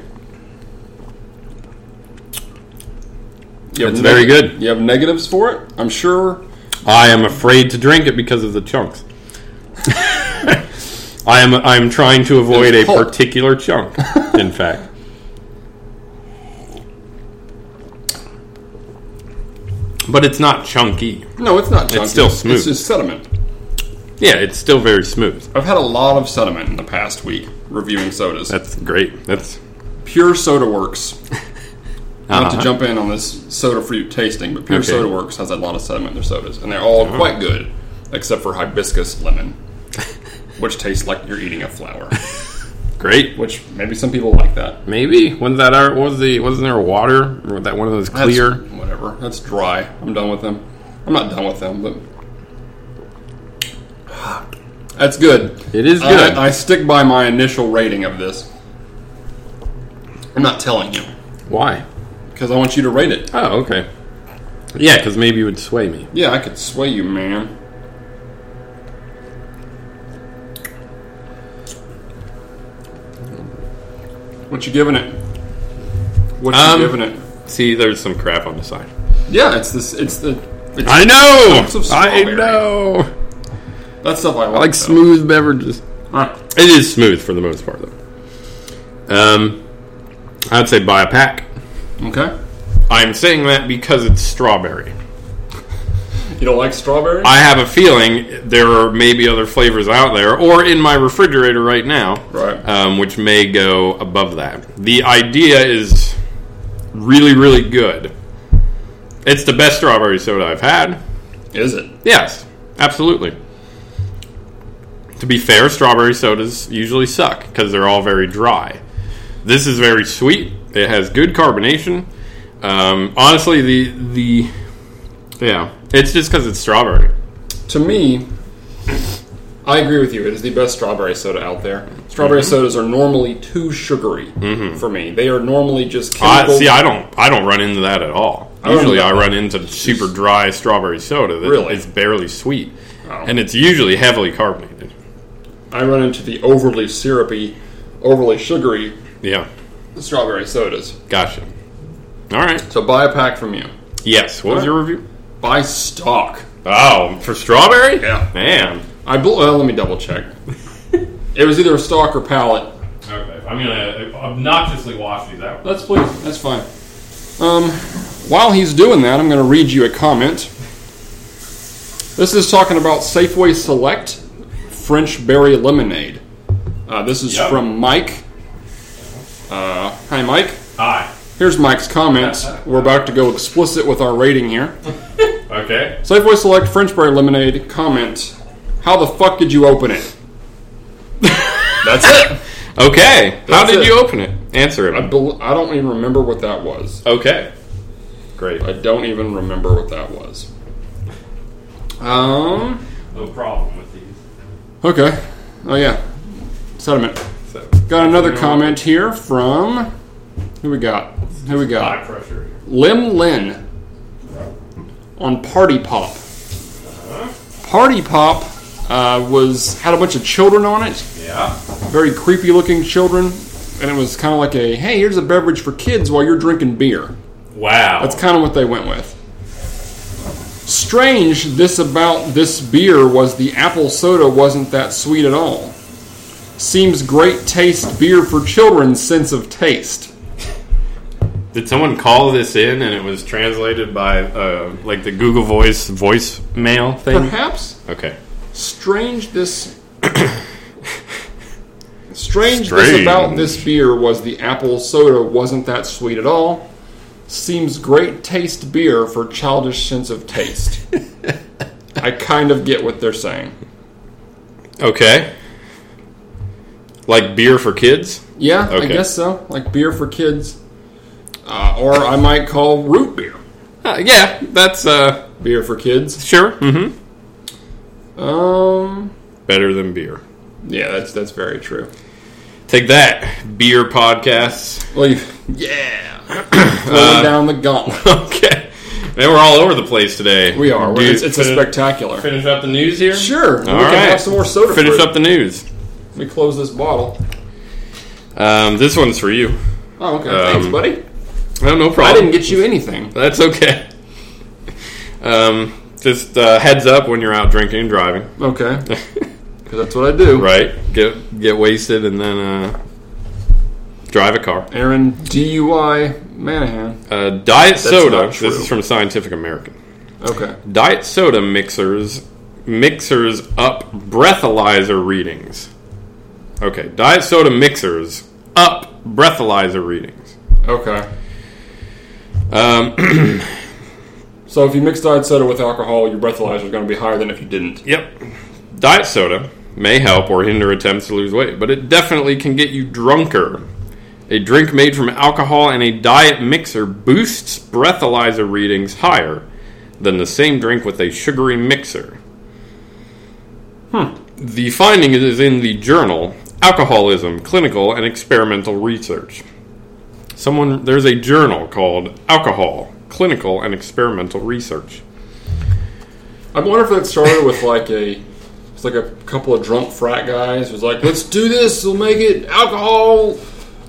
You have
It's very good.
You have negatives for it, I'm sure.
I am afraid to drink it because of the chunks. (laughs) I am I am trying to avoid a
It's pulp.
particular chunk.
(laughs)
In fact, but it's not chunky.
No, it's not chunky.
still smooth.
It's just sediment.
Yeah, it's still very smooth.
I've had a lot of sediment in the past week reviewing sodas.
That's great. That's
Pure Soda
(laughs)
Works. Not to
Uh-huh.
jump in on this soda fruit tasting, but Pure
Okay. Oh.
Soda Works has a lot of sediment in their sodas, and they're all quite good, except for hibiscus
(laughs)
lemon, which tastes like you're eating a flower.
great.
Which maybe some people like that.
Maybe wasn't that our, what was the wasn't there water or that one of those
That's-
clear?
whatever. That's dry. I'm done with them. I'm not done with them, but that's good.
It is
I-
good.
I, stick by my initial rating of this. I'm not telling you
Why?
because I want you to rate it.
Oh, okay. Yeah, because maybe it would sway me.
Yeah, I could sway you, man. What you giving it? What you
Um,
giving it?
See, there's some crap on the side.
Yeah, it's this. It's the. It's
I know.
of
I
strawberry.
know.
That's stuff I like.
I like
though.
smooth beverages.
Huh.
It is smooth for the most part, though. Um, I'd say buy a pack.
Okay.
I'm saying that because it's strawberry.
You don't like strawberry?
I have a feeling there are maybe other flavors out there, or in my refrigerator right now,
Right.
Um, which may go above that. The idea is really, really good. It's the best strawberry soda I've had.
Is it?
Yes, absolutely. To be fair, strawberry sodas usually suck because they're all very dry. This is very sweet. It has good carbonation. Um, honestly, the the yeah, it's just because it's strawberry.
To me, I agree with you. It is the best strawberry soda out there. Strawberry sodas are normally too sugary for me. They are normally just
I,
chemical.
see, I don't I don't run into that at all.
run
usually,
into-
I run into super dry strawberry soda. That
Really?
it's barely sweet,
Oh.
and it's usually heavily carbonated.
I run into the overly syrupy, overly sugary
Yeah,
strawberry sodas.
gotcha. All right.
So buy a pack from you.
Yes. What was your review?
Buy stock.
Oh, for strawberry?
Yeah.
Man.
I bel well, let me double (laughs) check. it was either a stock or pallet.
Okay. I'm going to obnoxiously wash these out.
Let's please. That's fine. Um, while he's doing that, I'm going to read you a comment. This is talking about Safeway Select French Berry Lemonade. Uh, this is
Yep.
from Mike. Uh, hi, Mike.
Hi.
Here's Mike's comments. We're about to go explicit with our rating here.
Okay.
Safeway Select French Berry Lemonade comment. How the fuck did you open it? That's it.
Okay. How
That's
did
it.
you open it? Answer
I,
it.
bel I don't even remember what that was.
Okay. Great.
I don't even remember what that was. Um.
No problem with these.
Okay. Oh yeah. Sediment.
So,
Got another comment here from. Who we got? Who we got?
pressure.
Lim Lin on Party Pop. Party Pop uh, was had a bunch of children on it.
Yeah.
Very creepy looking children, and it was kind of like a hey, here's a beverage for kids while you're drinking beer.
Wow.
That's kind of what they went with. Strange this about this beer was the apple soda wasn't that sweet at all. Seems great taste beer for children's sense of taste.
Did someone call this in and it was translated by uh, like the Google Voice voicemail thing?
Perhaps
Okay.
strange this (coughs) strange, this
Strange.
about this beer was the apple soda wasn't that sweet at all. Seems great taste beer for childish sense of taste. I kind of get what they're saying.
Okay. Like beer for kids?
Yeah, I
Okay.
guess so. Like beer for kids, uh, or I might call root beer
Uh, yeah, that's uh
beer for kids.
sure. Mm-hmm.
Um,
Better than beer.
yeah, that's that's very true.
Take that, beer podcasts. (laughs)
Well, you, yeah, (clears throat) throwing
Uh,
down the gauntlet.
Okay. Man, we're all over the place today.
We are.
Do
We're-
you
it's, it's a
finish-
spectacular.
Finish up the news here.
Sure, we
All
can
right.
have some more soda.
Finish
fruit.
up the news.
Let me close this bottle.
Um, this one's for you.
Oh, okay. Thanks,
Um,
buddy.
Oh, no problem.
I didn't get you anything.
That's okay. (laughs) Um, just uh, heads up when you're out drinking and driving, (laughs)
Okay, because that's what I do.
right? Get get wasted and then uh, drive a car.
Aaron DUI Manahan.
Uh, diet soda.
not
This
true.
is from Scientific American.
Okay.
Diet soda mixers mixers up breathalyzer readings. Okay, diet soda mixers up breathalyzer readings.
Okay.
Um, (clears throat)
So if you mix diet soda with alcohol, your breathalyzer is going to be higher than if you didn't.
Yep. Diet soda may help or hinder attempts to lose weight, but it definitely can get you drunker. A drink made from alcohol and a diet mixer boosts breathalyzer readings higher than the same drink with a sugary mixer. Hmm. The finding is in the journal Alcoholism Clinical and Experimental Research. Someone there's a journal called Alcohol Clinical and Experimental Research.
I wonder if that started with like a, it's like a couple of drunk frat guys was like, let's do this, we'll make it alcohol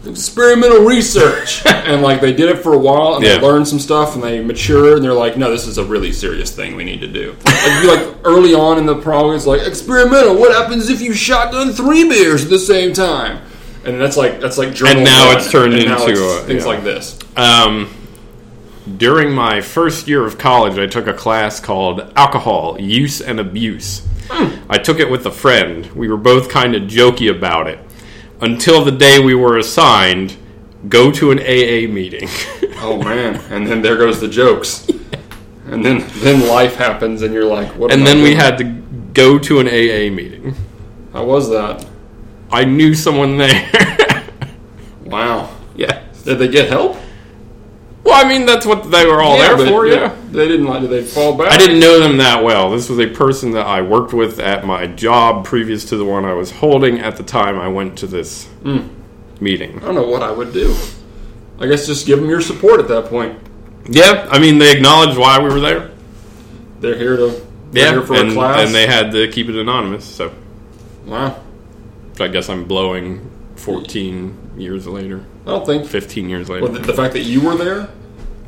experimental
(laughs)
research, and like they did it for a while and they
Yeah.
learned some stuff and they matured and they're like, no, this is a really serious thing we need to do. Like, you, like early on in the program, it's like experimental. What happens if you shotgun three beers at the same time? And that's like that's like journal
And now
one.
it's turned
And now
into
it's
a-
things
yeah.
like this.
Um, during my first year of college, I took a class called Alcohol Use and Abuse. I took it with a friend. We were both kind of jokey about it until the day we were assigned go to an AA meeting. (laughs)
Oh man! And then there goes the jokes. And then, then life happens, and you're like, "What?" am
and
I
then we
doing?
had to go to an AA meeting.
How was that?
I knew someone there. (laughs)
Wow.
yeah.
Did they get help?
Well, I mean, that's what they were all there
but
for,
they-
yeah.
They didn't like, did they fall back?
I didn't know them that well. This was a person that I worked with at my job previous to the one I was holding at the time I went to this meeting.
I don't know what I would do. I guess just give them your support at that point.
Yeah, I mean, they acknowledged why we were there.
They're here to, they're
Yeah,
here for
and,
a class.
and they had to keep it anonymous, so
wow.
I guess I'm blowing 14 years later,
I don't think.
15 years later.
Well, the, the fact that you were there,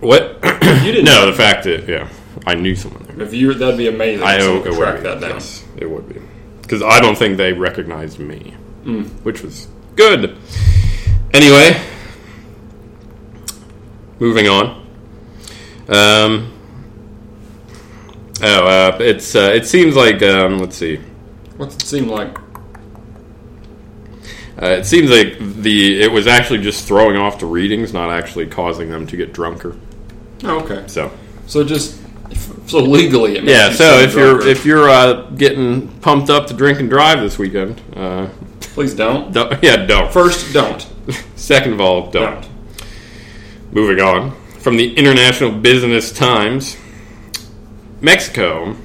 what? you didn't know the fact that, yeah, I knew someone there.
if you that'd be amazing.
I
So
owe
we could track
it
that
would be,
down.
yes, it would be. Because I don't think they recognized me,
Mm.
which was good. Anyway, moving on. Um, oh, uh, it's uh, it seems like um, let's see.
What's it seem like?
Uh, it seems like the it was actually just throwing off the readings, not actually causing them to get drunker.
Oh, okay.
So
So just so legally, it makes
yeah.
you
So
seem
if you're
drunker.
if you're uh, getting pumped up to drink and drive this weekend, uh,
please don't.
don't, (laughs) yeah, don't.
First, don't.
Second of all, don't.
Don't.
Moving on. From the International Business Times, Mexico.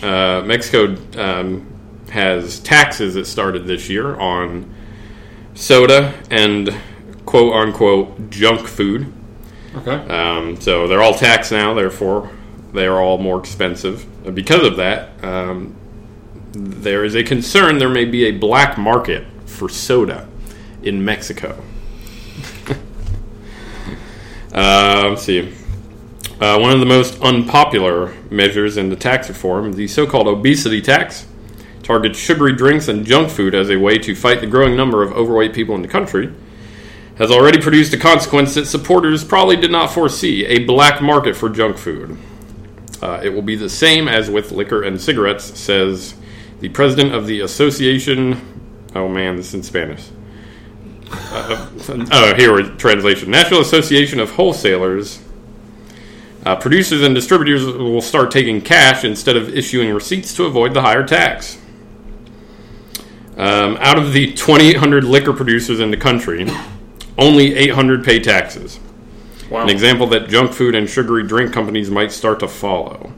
Uh, Mexico um, has taxes that started this year on soda and quote unquote junk food.
Okay.
Um, so they're all taxed now, therefore, they are all more expensive. And Because of that, um, there is a concern there may be a black market for soda in Mexico. (laughs) Uh, let's see. Uh, one of the most unpopular measures in the tax reform, the so called obesity tax, targets sugary drinks and junk food as a way to fight the growing number of overweight people in the country, has already produced a consequence that supporters probably did not foresee a black market for junk food. Uh, it will be the same as with liquor and cigarettes, says the president of the Association. Oh man, this is in Spanish. Uh, oh, here we're translation. National Association of Wholesalers. Uh, producers and distributors will start taking cash instead of issuing receipts to avoid the higher tax. Um, out of the 2,800 liquor producers in the country, only 800 pay taxes.
Wow.
An example that junk food and sugary drink companies might start to follow.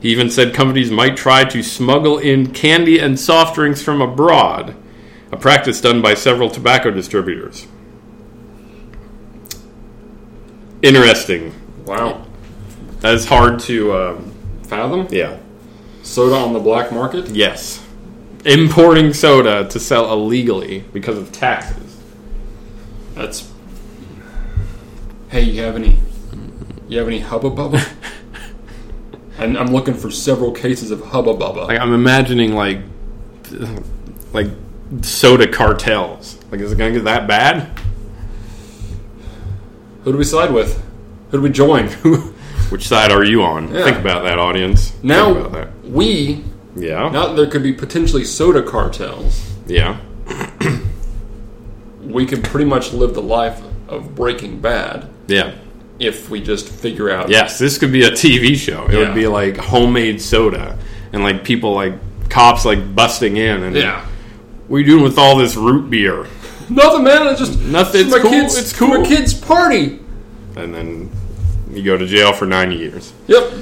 He even said companies might try to smuggle in candy and soft drinks from abroad, a practice done by several tobacco distributors. Interesting.
Wow.
That is hard to. Um,
Fathom?
yeah.
Soda on the black market?
Yes. Importing soda to sell illegally because of taxes.
That's. Hey, you have any? You have any hubba
(laughs)
bubba? and I'm looking for several cases of hubba bubba.
Like I'm imagining like, like soda cartels. Like, is it gonna get that bad?
Who do we side with? Who do we join? (laughs)
Which side are you on?
Yeah.
Think about that, audience. Think about
now
that.
we.
Yeah.
Now that there could be potentially soda cartels.
Yeah.
We could pretty much live the life of Breaking Bad
Yeah.
if we just figure out.
Yes, this could be a TV show. It
Yeah.
would be like homemade soda and like people like cops like busting in and
Yeah.
what are you doing with all this root beer?
Nothing, man. It's just
Nothing,
It's
it's
my
cool,
kids.
it's cool.
My kids party.
And then you go to jail for nine years.
Yep.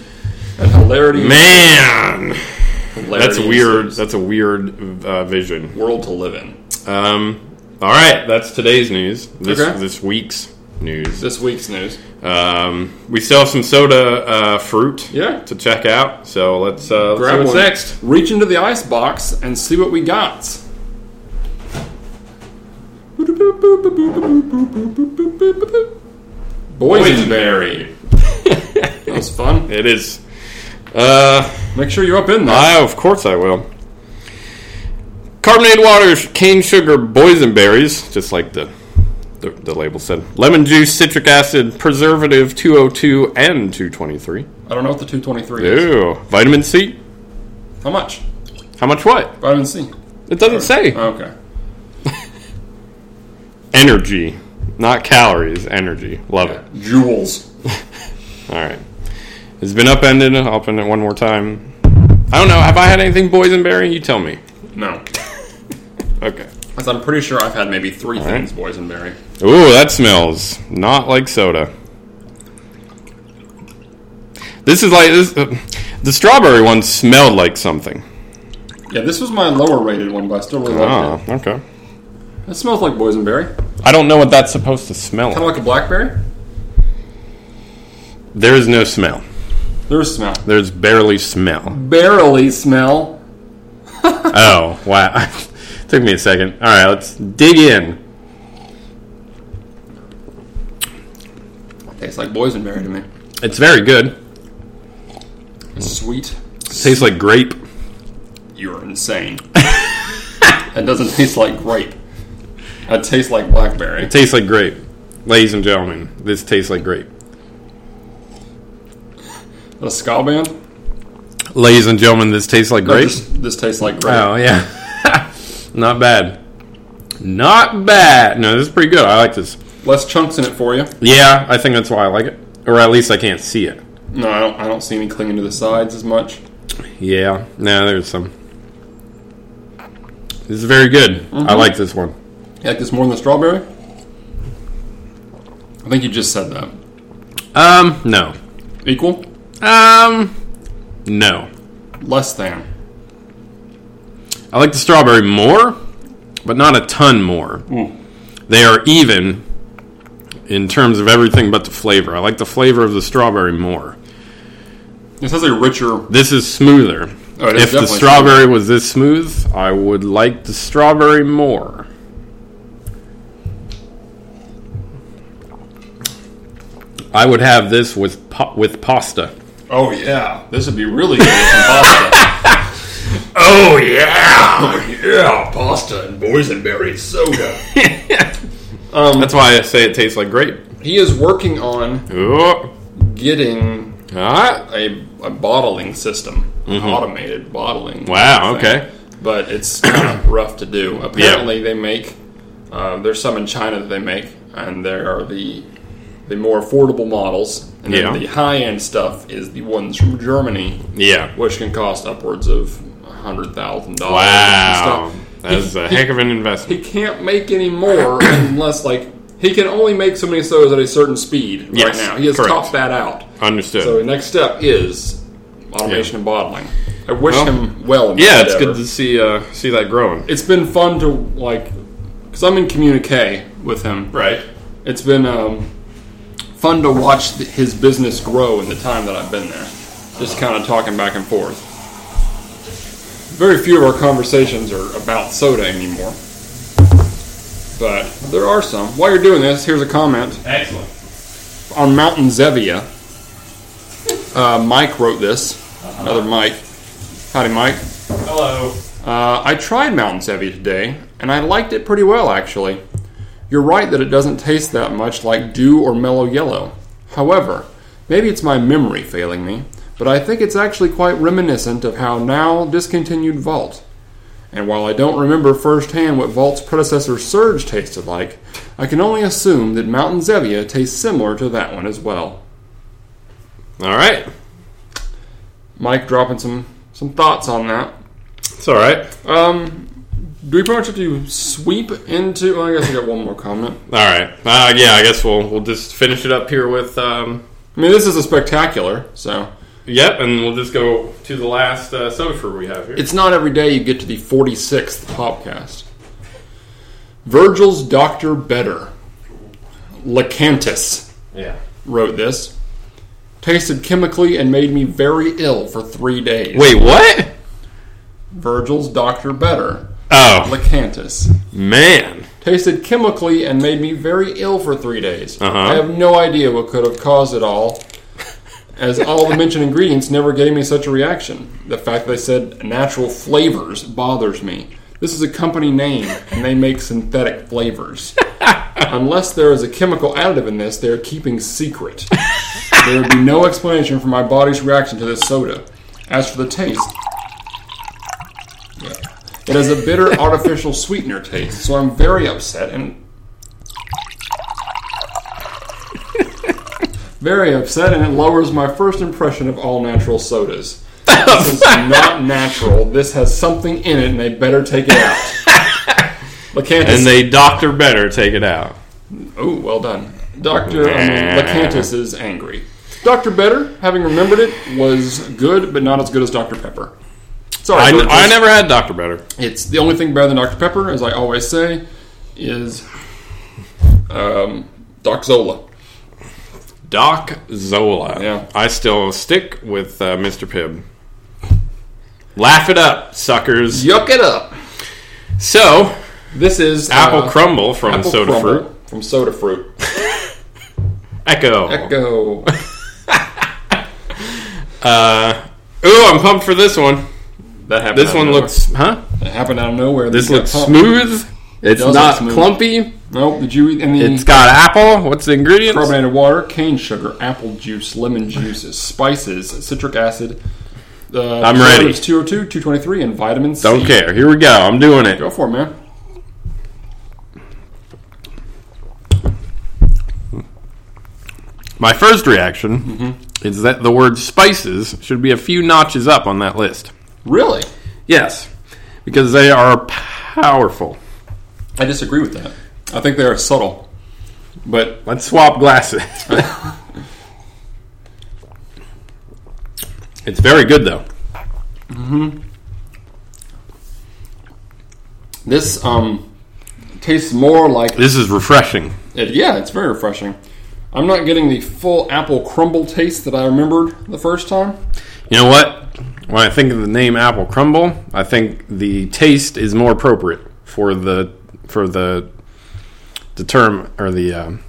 And hilarity.
Man,
hilarity
that's weird.
ensues.
That's a weird uh, vision.
world to live in.
Um, all right, that's today's news. This
Okay.
this week's news.
This week's news.
Um, we still have some soda uh, fruit
Yeah.
to check out. So let's uh, let's see
Grab
what's
one.
next.
Reach into the ice box and see what we got. Boysenberry. That was fun.
It is. Uh,
Make sure you're up in there.
I of course I will. Carbonated water, cane sugar, boysenberries, just like the, the the label said. Lemon juice, citric acid, preservative 202 and 223.
I don't know what the 223 is.
Ew. Vitamin C.
How much?
How much what?
Vitamin C.
It doesn't say.
Okay.
Energy, not calories. Energy. Love it.
Jewels.
All right. It's been upended. I'll open it one more time. I don't know. Have I had anything boysenberry? You tell me.
No.
Okay.
As I'm pretty sure I've had maybe three
right.
things, boysenberry.
Ooh, that smells not like soda. This is like this. Uh, the strawberry one smelled like something.
Yeah, this was my lower rated one, but I still really like
Oh, okay.
it. It smells like boysenberry.
I don't know what that's supposed to smell.
Kind of
Like.
like a blackberry.
There is no smell.
There's a smell.
There's barely (laughs) smell.
Barely smell.
oh wow! (laughs) Took me a second. All right, let's dig in.
Tastes like boysenberry to me.
It's very good.
Sweet.
tastes like grape.
You're insane. (laughs) that doesn't taste like grape. That tastes like blackberry.
It tastes like grape, ladies and gentlemen. This tastes like grape,
A ska band?
ladies and gentlemen. This tastes like
No,
grape.
This, this tastes like grape.
Oh yeah, (laughs) not bad, not bad. No, this is pretty good. I like this.
Less chunks in it for you.
Yeah, I think that's why I like it, or at least I can't see it.
No, I don't. I don't see any clinging to the sides as much.
Yeah, no, there's some. This is very good. I like this one.
You like this more than the strawberry? I think you just said that.
Um, no,
Equal?
um, no.
Less than.
I like the strawberry more, but not a ton more.
Mm.
They are even in terms of everything but the flavor. I like the flavor of the strawberry more.
This has a richer.
This is smoother.
Oh, it is
if the
definitely
strawberry was this smooth, I would like the strawberry more. I would have this with pa- with pasta.
Oh yeah, this would be really good with some pasta.
Oh
(laughs)
yeah!
yeah, pasta and boysenberry soda.
That's why I say it tastes like grape.
He is working on
Oh,
getting
ah,
a, a bottling system, an automated bottling.
Mm-hmm. wow.
thing.
Okay.
but it's kind of (coughs) rough to do. Apparently, they make uh, there's some in China that they make, and there are the the more affordable models, and then
Yeah.
the high end stuff is the ones from Germany,
Yeah.
which can cost upwards of hundred thousand dollars.
Wow. That's a heck of an
He (laughs)
investment.
can't make any more (coughs) unless like he can only make so many sodas at a certain speed right
Yes,
now. He has
correct. Oh,
topped that out.
Understood.
So the next step is automation
Yeah.
and bottling. I wish
Well,
him well. in that
yeah, it's
endeavor
good to see uh, see that growing.
it's been fun to like because I'm in communique with him.
Right.
It's been um, fun to watch th- his business grow in the time that I've been there. Just kind of talking back and forth. Very few of our conversations are about soda anymore, but there are some. While you're doing this, here's a comment
Excellent.
on Mountain Zevia. Uh, Mike wrote this. Another Mike. Howdy, Mike.
Hello.
Uh, I tried Mountain Zevia today, and I liked it pretty well, actually. You're right that it doesn't taste that much like dew or mellow yellow. However, maybe it's my memory failing me, but I think it's actually quite reminiscent of how now discontinued Vault. And while I don't remember firsthand what Vault's predecessor Surge tasted like, I can only assume that Mountain Zevia tastes similar to that one as well.
All right.
Mike dropping some, some thoughts on that.
It's all right. All
Um, do we pretty much have to sweep into? Well, I guess I got one more comment.
right. Uh, yeah, I guess we'll we'll just finish it up here with. Um,
I mean, this is a spectacular. So
yep, and we'll just go to the last uh, sofa we have here.
it's not every day you get to the forty sixth podcast. Virgil's Doctor Better, Lacantus
yeah.
wrote this. Tasted chemically and made me very ill for three days.
Wait, what?
Virgil's Doctor Better,
Oh
Lacantus.
man.
tasted chemically and made me very ill for three days.
Uh-huh.
I have no idea what could have caused it all, as all the mentioned ingredients never gave me such a reaction. The fact they said natural flavors bothers me. This is a company name, and they make synthetic flavors. Unless there is a chemical additive in this, they are keeping secret. There would be no explanation for my body's reaction to this soda. As for the taste, it has a
(laughs)
bitter artificial sweetener taste, so I'm very upset and very upset, and it lowers my first impression of all natural sodas. This is not natural. This has something in it, and they better take it out.
(laughs)
Lacantus.
And they doctor better take it out.
Oh, well done. Dr. I mean, Lacantus is angry. Dr. Better, having remembered it, was good, but not as good as Dr. Pepper. Sorry,
I,
Virgil's.
I never had doctor better.
It's the only thing better than Dr. Pepper, as I always say, is um, Doc Zola.
Doc Zola.
Yeah.
I still stick with uh, Mr. Pibb. Laugh it up, suckers.
Yuck it up.
So,
This is uh,
Apple Crumble from
Apple
Soda
Crumble
Fruit.
from Soda
(laughs)
Fruit.
Echo.
Go.
Uh, ooh, I'm pumped for this one.
That happened. out
This
of
one
nowhere.
looks, huh?
It happened out of nowhere.
This
You got
looks
pumped.
smooth. It's
does
not
look smooth. Mm.
clumpy.
Nope. Did you eat any?
It's got apple. What's the ingredients?
carbonated water, cane sugar, apple juice, lemon juice, spices, citric acid. Uh,
I'm ready.
It's 202, 223, and vitamin C.
Don't care. Here we go. I'm doing it.
Go for it, man.
My first reaction
Mm-hmm.
is that the word spices should be a few notches up on that list.
Really?
Yes, because they are powerful.
I disagree with that. I think they are subtle. But
Let's swap glasses. it's very good though.
this um, tastes more like.
This is refreshing.
It, yeah, it's very refreshing. I'm not getting the full apple crumble taste that I remembered the first time.
You know what? When I think of the name apple crumble, I think the taste is more appropriate for the for the the term or the um,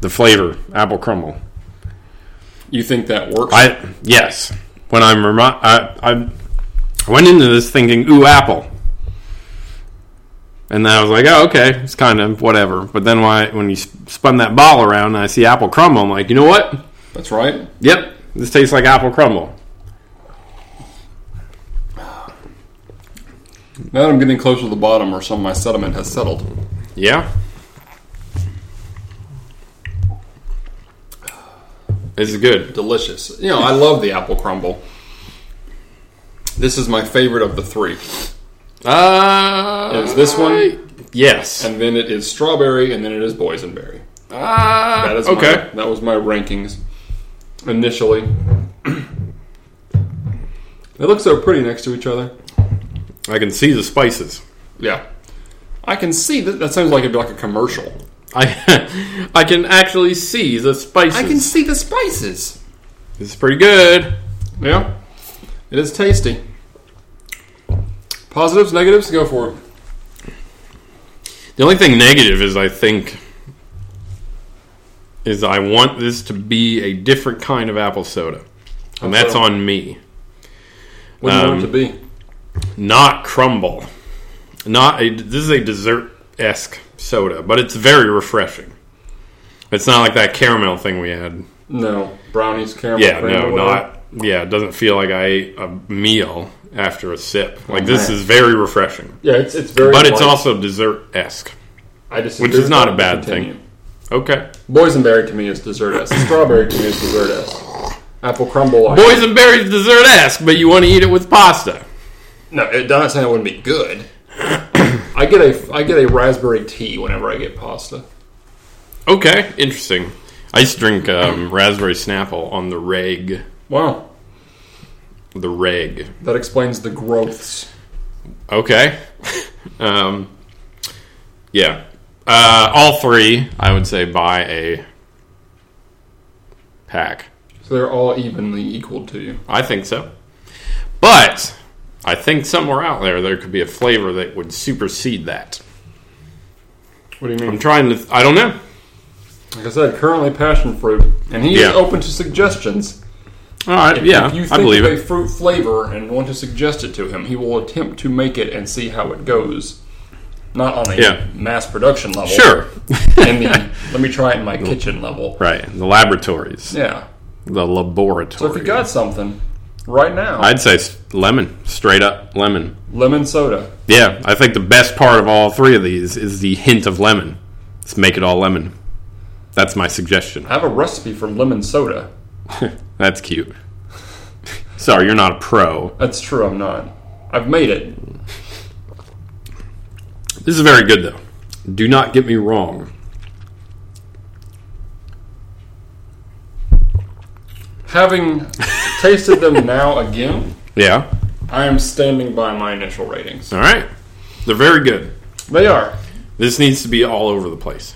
the flavor uh, apple crumble.
You think that works?
I yes. When I'm remi- I, I went into this thinking, ooh, apple, and then I was like, oh, okay, it's kind of whatever. But then when, I, when you sp- spun that ball around and I see apple crumble, I'm like, you know what?
That's right.
Yep, this tastes like apple crumble.
Now that I'm getting closer to the bottom or some of my sediment has settled.
Yeah. This is good.
Delicious. You know, I love the apple crumble. This is my favorite of the three.
Uh,
Is this one?
Yes.
And then it is strawberry, and then it is boysenberry.
Uh,
That is
okay.
My, that was my rankings initially. they look so pretty next to each other.
I can see the spices.
Yeah, I can see that. That sounds like it'd be like a commercial.
I (laughs) I can actually see the spices.
see the spices.
This is pretty good.
Yeah, it is tasty. Positives, negatives, go for it.
The only thing negative is I think is I want this to be a different kind of apple soda. And
How
that's
so?
on me.
What do you
Um,
want it to be?
Not crumble. Not a this is a dessert esque soda, but it's very refreshing. It's not like that caramel thing we had.
No brownies, caramel.
Yeah,
cream,
no,
whatever.
not yeah, it doesn't feel like I ate a meal after a sip. Like this
man.
is very refreshing.
Yeah, it's it's very.
But it's
light.
also dessert esque.
I just
which is not a bad thing. Okay.
Boysenberry to me is dessert s. (coughs) Strawberry to me is dessert s. Apple crumble. I-
Boysenberry's dessert esque, but you want to eat it with pasta.
No, it doesn't say it wouldn't be good. (coughs) I get a I get a raspberry tea whenever I get pasta.
Okay, interesting. I used to drink um, raspberry snapple on the reg.
Wow,
The reg.
that explains the growths.
Okay. (laughs) um, yeah. Uh, all three, I would say, buy a pack.
So they're all evenly equal to you.
I think so. But I think somewhere out there, there could be a flavor that would supersede that.
What do you
I'm
mean?
trying to. I don't know.
Like I said, currently passion fruit, and he
Yeah.
is open to suggestions.
All right. yeah,
if you think
I believe
of
it.
a fruit flavor and want to suggest it to him, he will attempt to make it and see how it goes. Not on a
Yeah.
mass production level.
Sure.
In
(laughs)
the let me try it in my kitchen level.
right. The laboratories.
Yeah.
The
So if
laboratory.
you got something right now,
I'd say s- lemon, straight up lemon.
lemon soda.
Yeah, I think the best part of all three of these is the hint of lemon. Let's make it all lemon. That's my suggestion.
I have a recipe for lemon soda.
That's cute. (laughs) Sorry, you're not a pro.
That's true, I'm not. I've made it.
This is very good though. Do not get me wrong. (laughs)
Having tasted them now again,
Yeah.
I am standing by my initial ratings.
All right. They're very good.
They are.
This needs to be all over the place.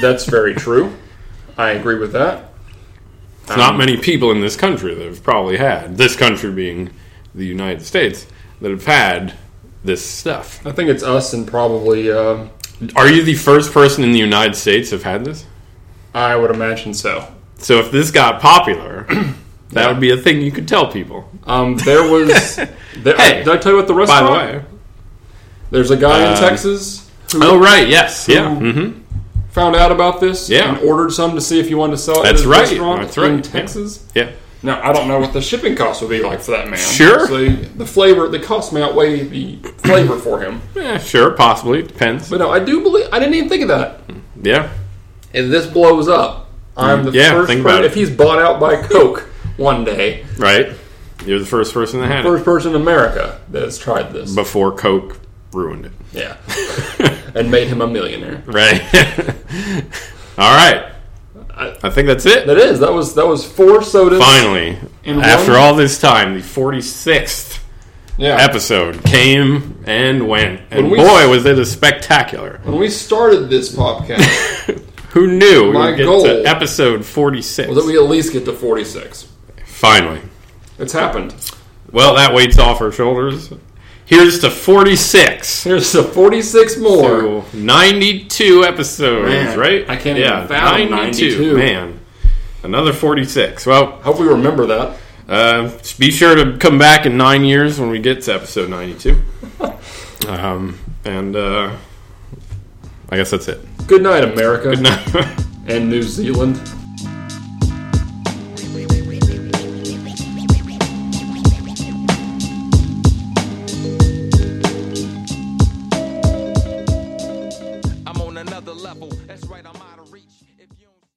That's very true. I agree with that.
It's not many people in this country that have probably had this country being the United States that have had this stuff.
I think it's us and probably, uh,
Are you the first person in the United States to have had this?
I would imagine so.
So if this got popular, (clears throat) that would be a thing you could tell people.
Um, there
(laughs)
was. there,
Hey,
did I tell you what the
By
restaurant?
the way,
there's a guy in
Um,
Texas who
oh right, yes, yeah, hmm
found out about this
Yeah.
and ordered some to see if you wanted to sell it. at
That's
his
right,
Restaurant
that's right,
In
yeah.
Texas.
yeah.
Now I don't know what the shipping cost would be like for that man.
Sure.
So the flavor, the cost may outweigh the flavor for him.
Eh, sure, possibly depends.
But no, I do believe I didn't even think of that.
Yeah,
If this blows up, I'm the
Yeah,
first.
think
person-
about it.
If he's bought out by Coke one day,
right. You're the first person that had
first person in America that has tried this.
it before Coke ruined it.
yeah, (laughs) and made him a millionaire.
(laughs) Right. (laughs) all right.
I-
I think that's it.
That is that was that was four sodas.
Finally,
In
after
one-
all this time, the 46th
Yeah.
episode came and went,
When
and
we-
boy, was it a spectacular.
When we started this podcast,
(laughs) Who knew
My
we'd get
goal-
to episode
(laughs)
46?
that we at least get to 46.
Finally.
It's happened.
Well, that weight's off our shoulders. Here's to 46.
Here's the 46 more.
So 92 episodes,
Man,
right?
I can't
yeah,
even fathom 92.
Man. Another 46. Well,
Hope we remember that.
uh, be sure to come back in nine years when we get to
(laughs)
episode 92. um, and uh, I guess that's it. (laughs)
Good night, America
Good night.
and New Zealand.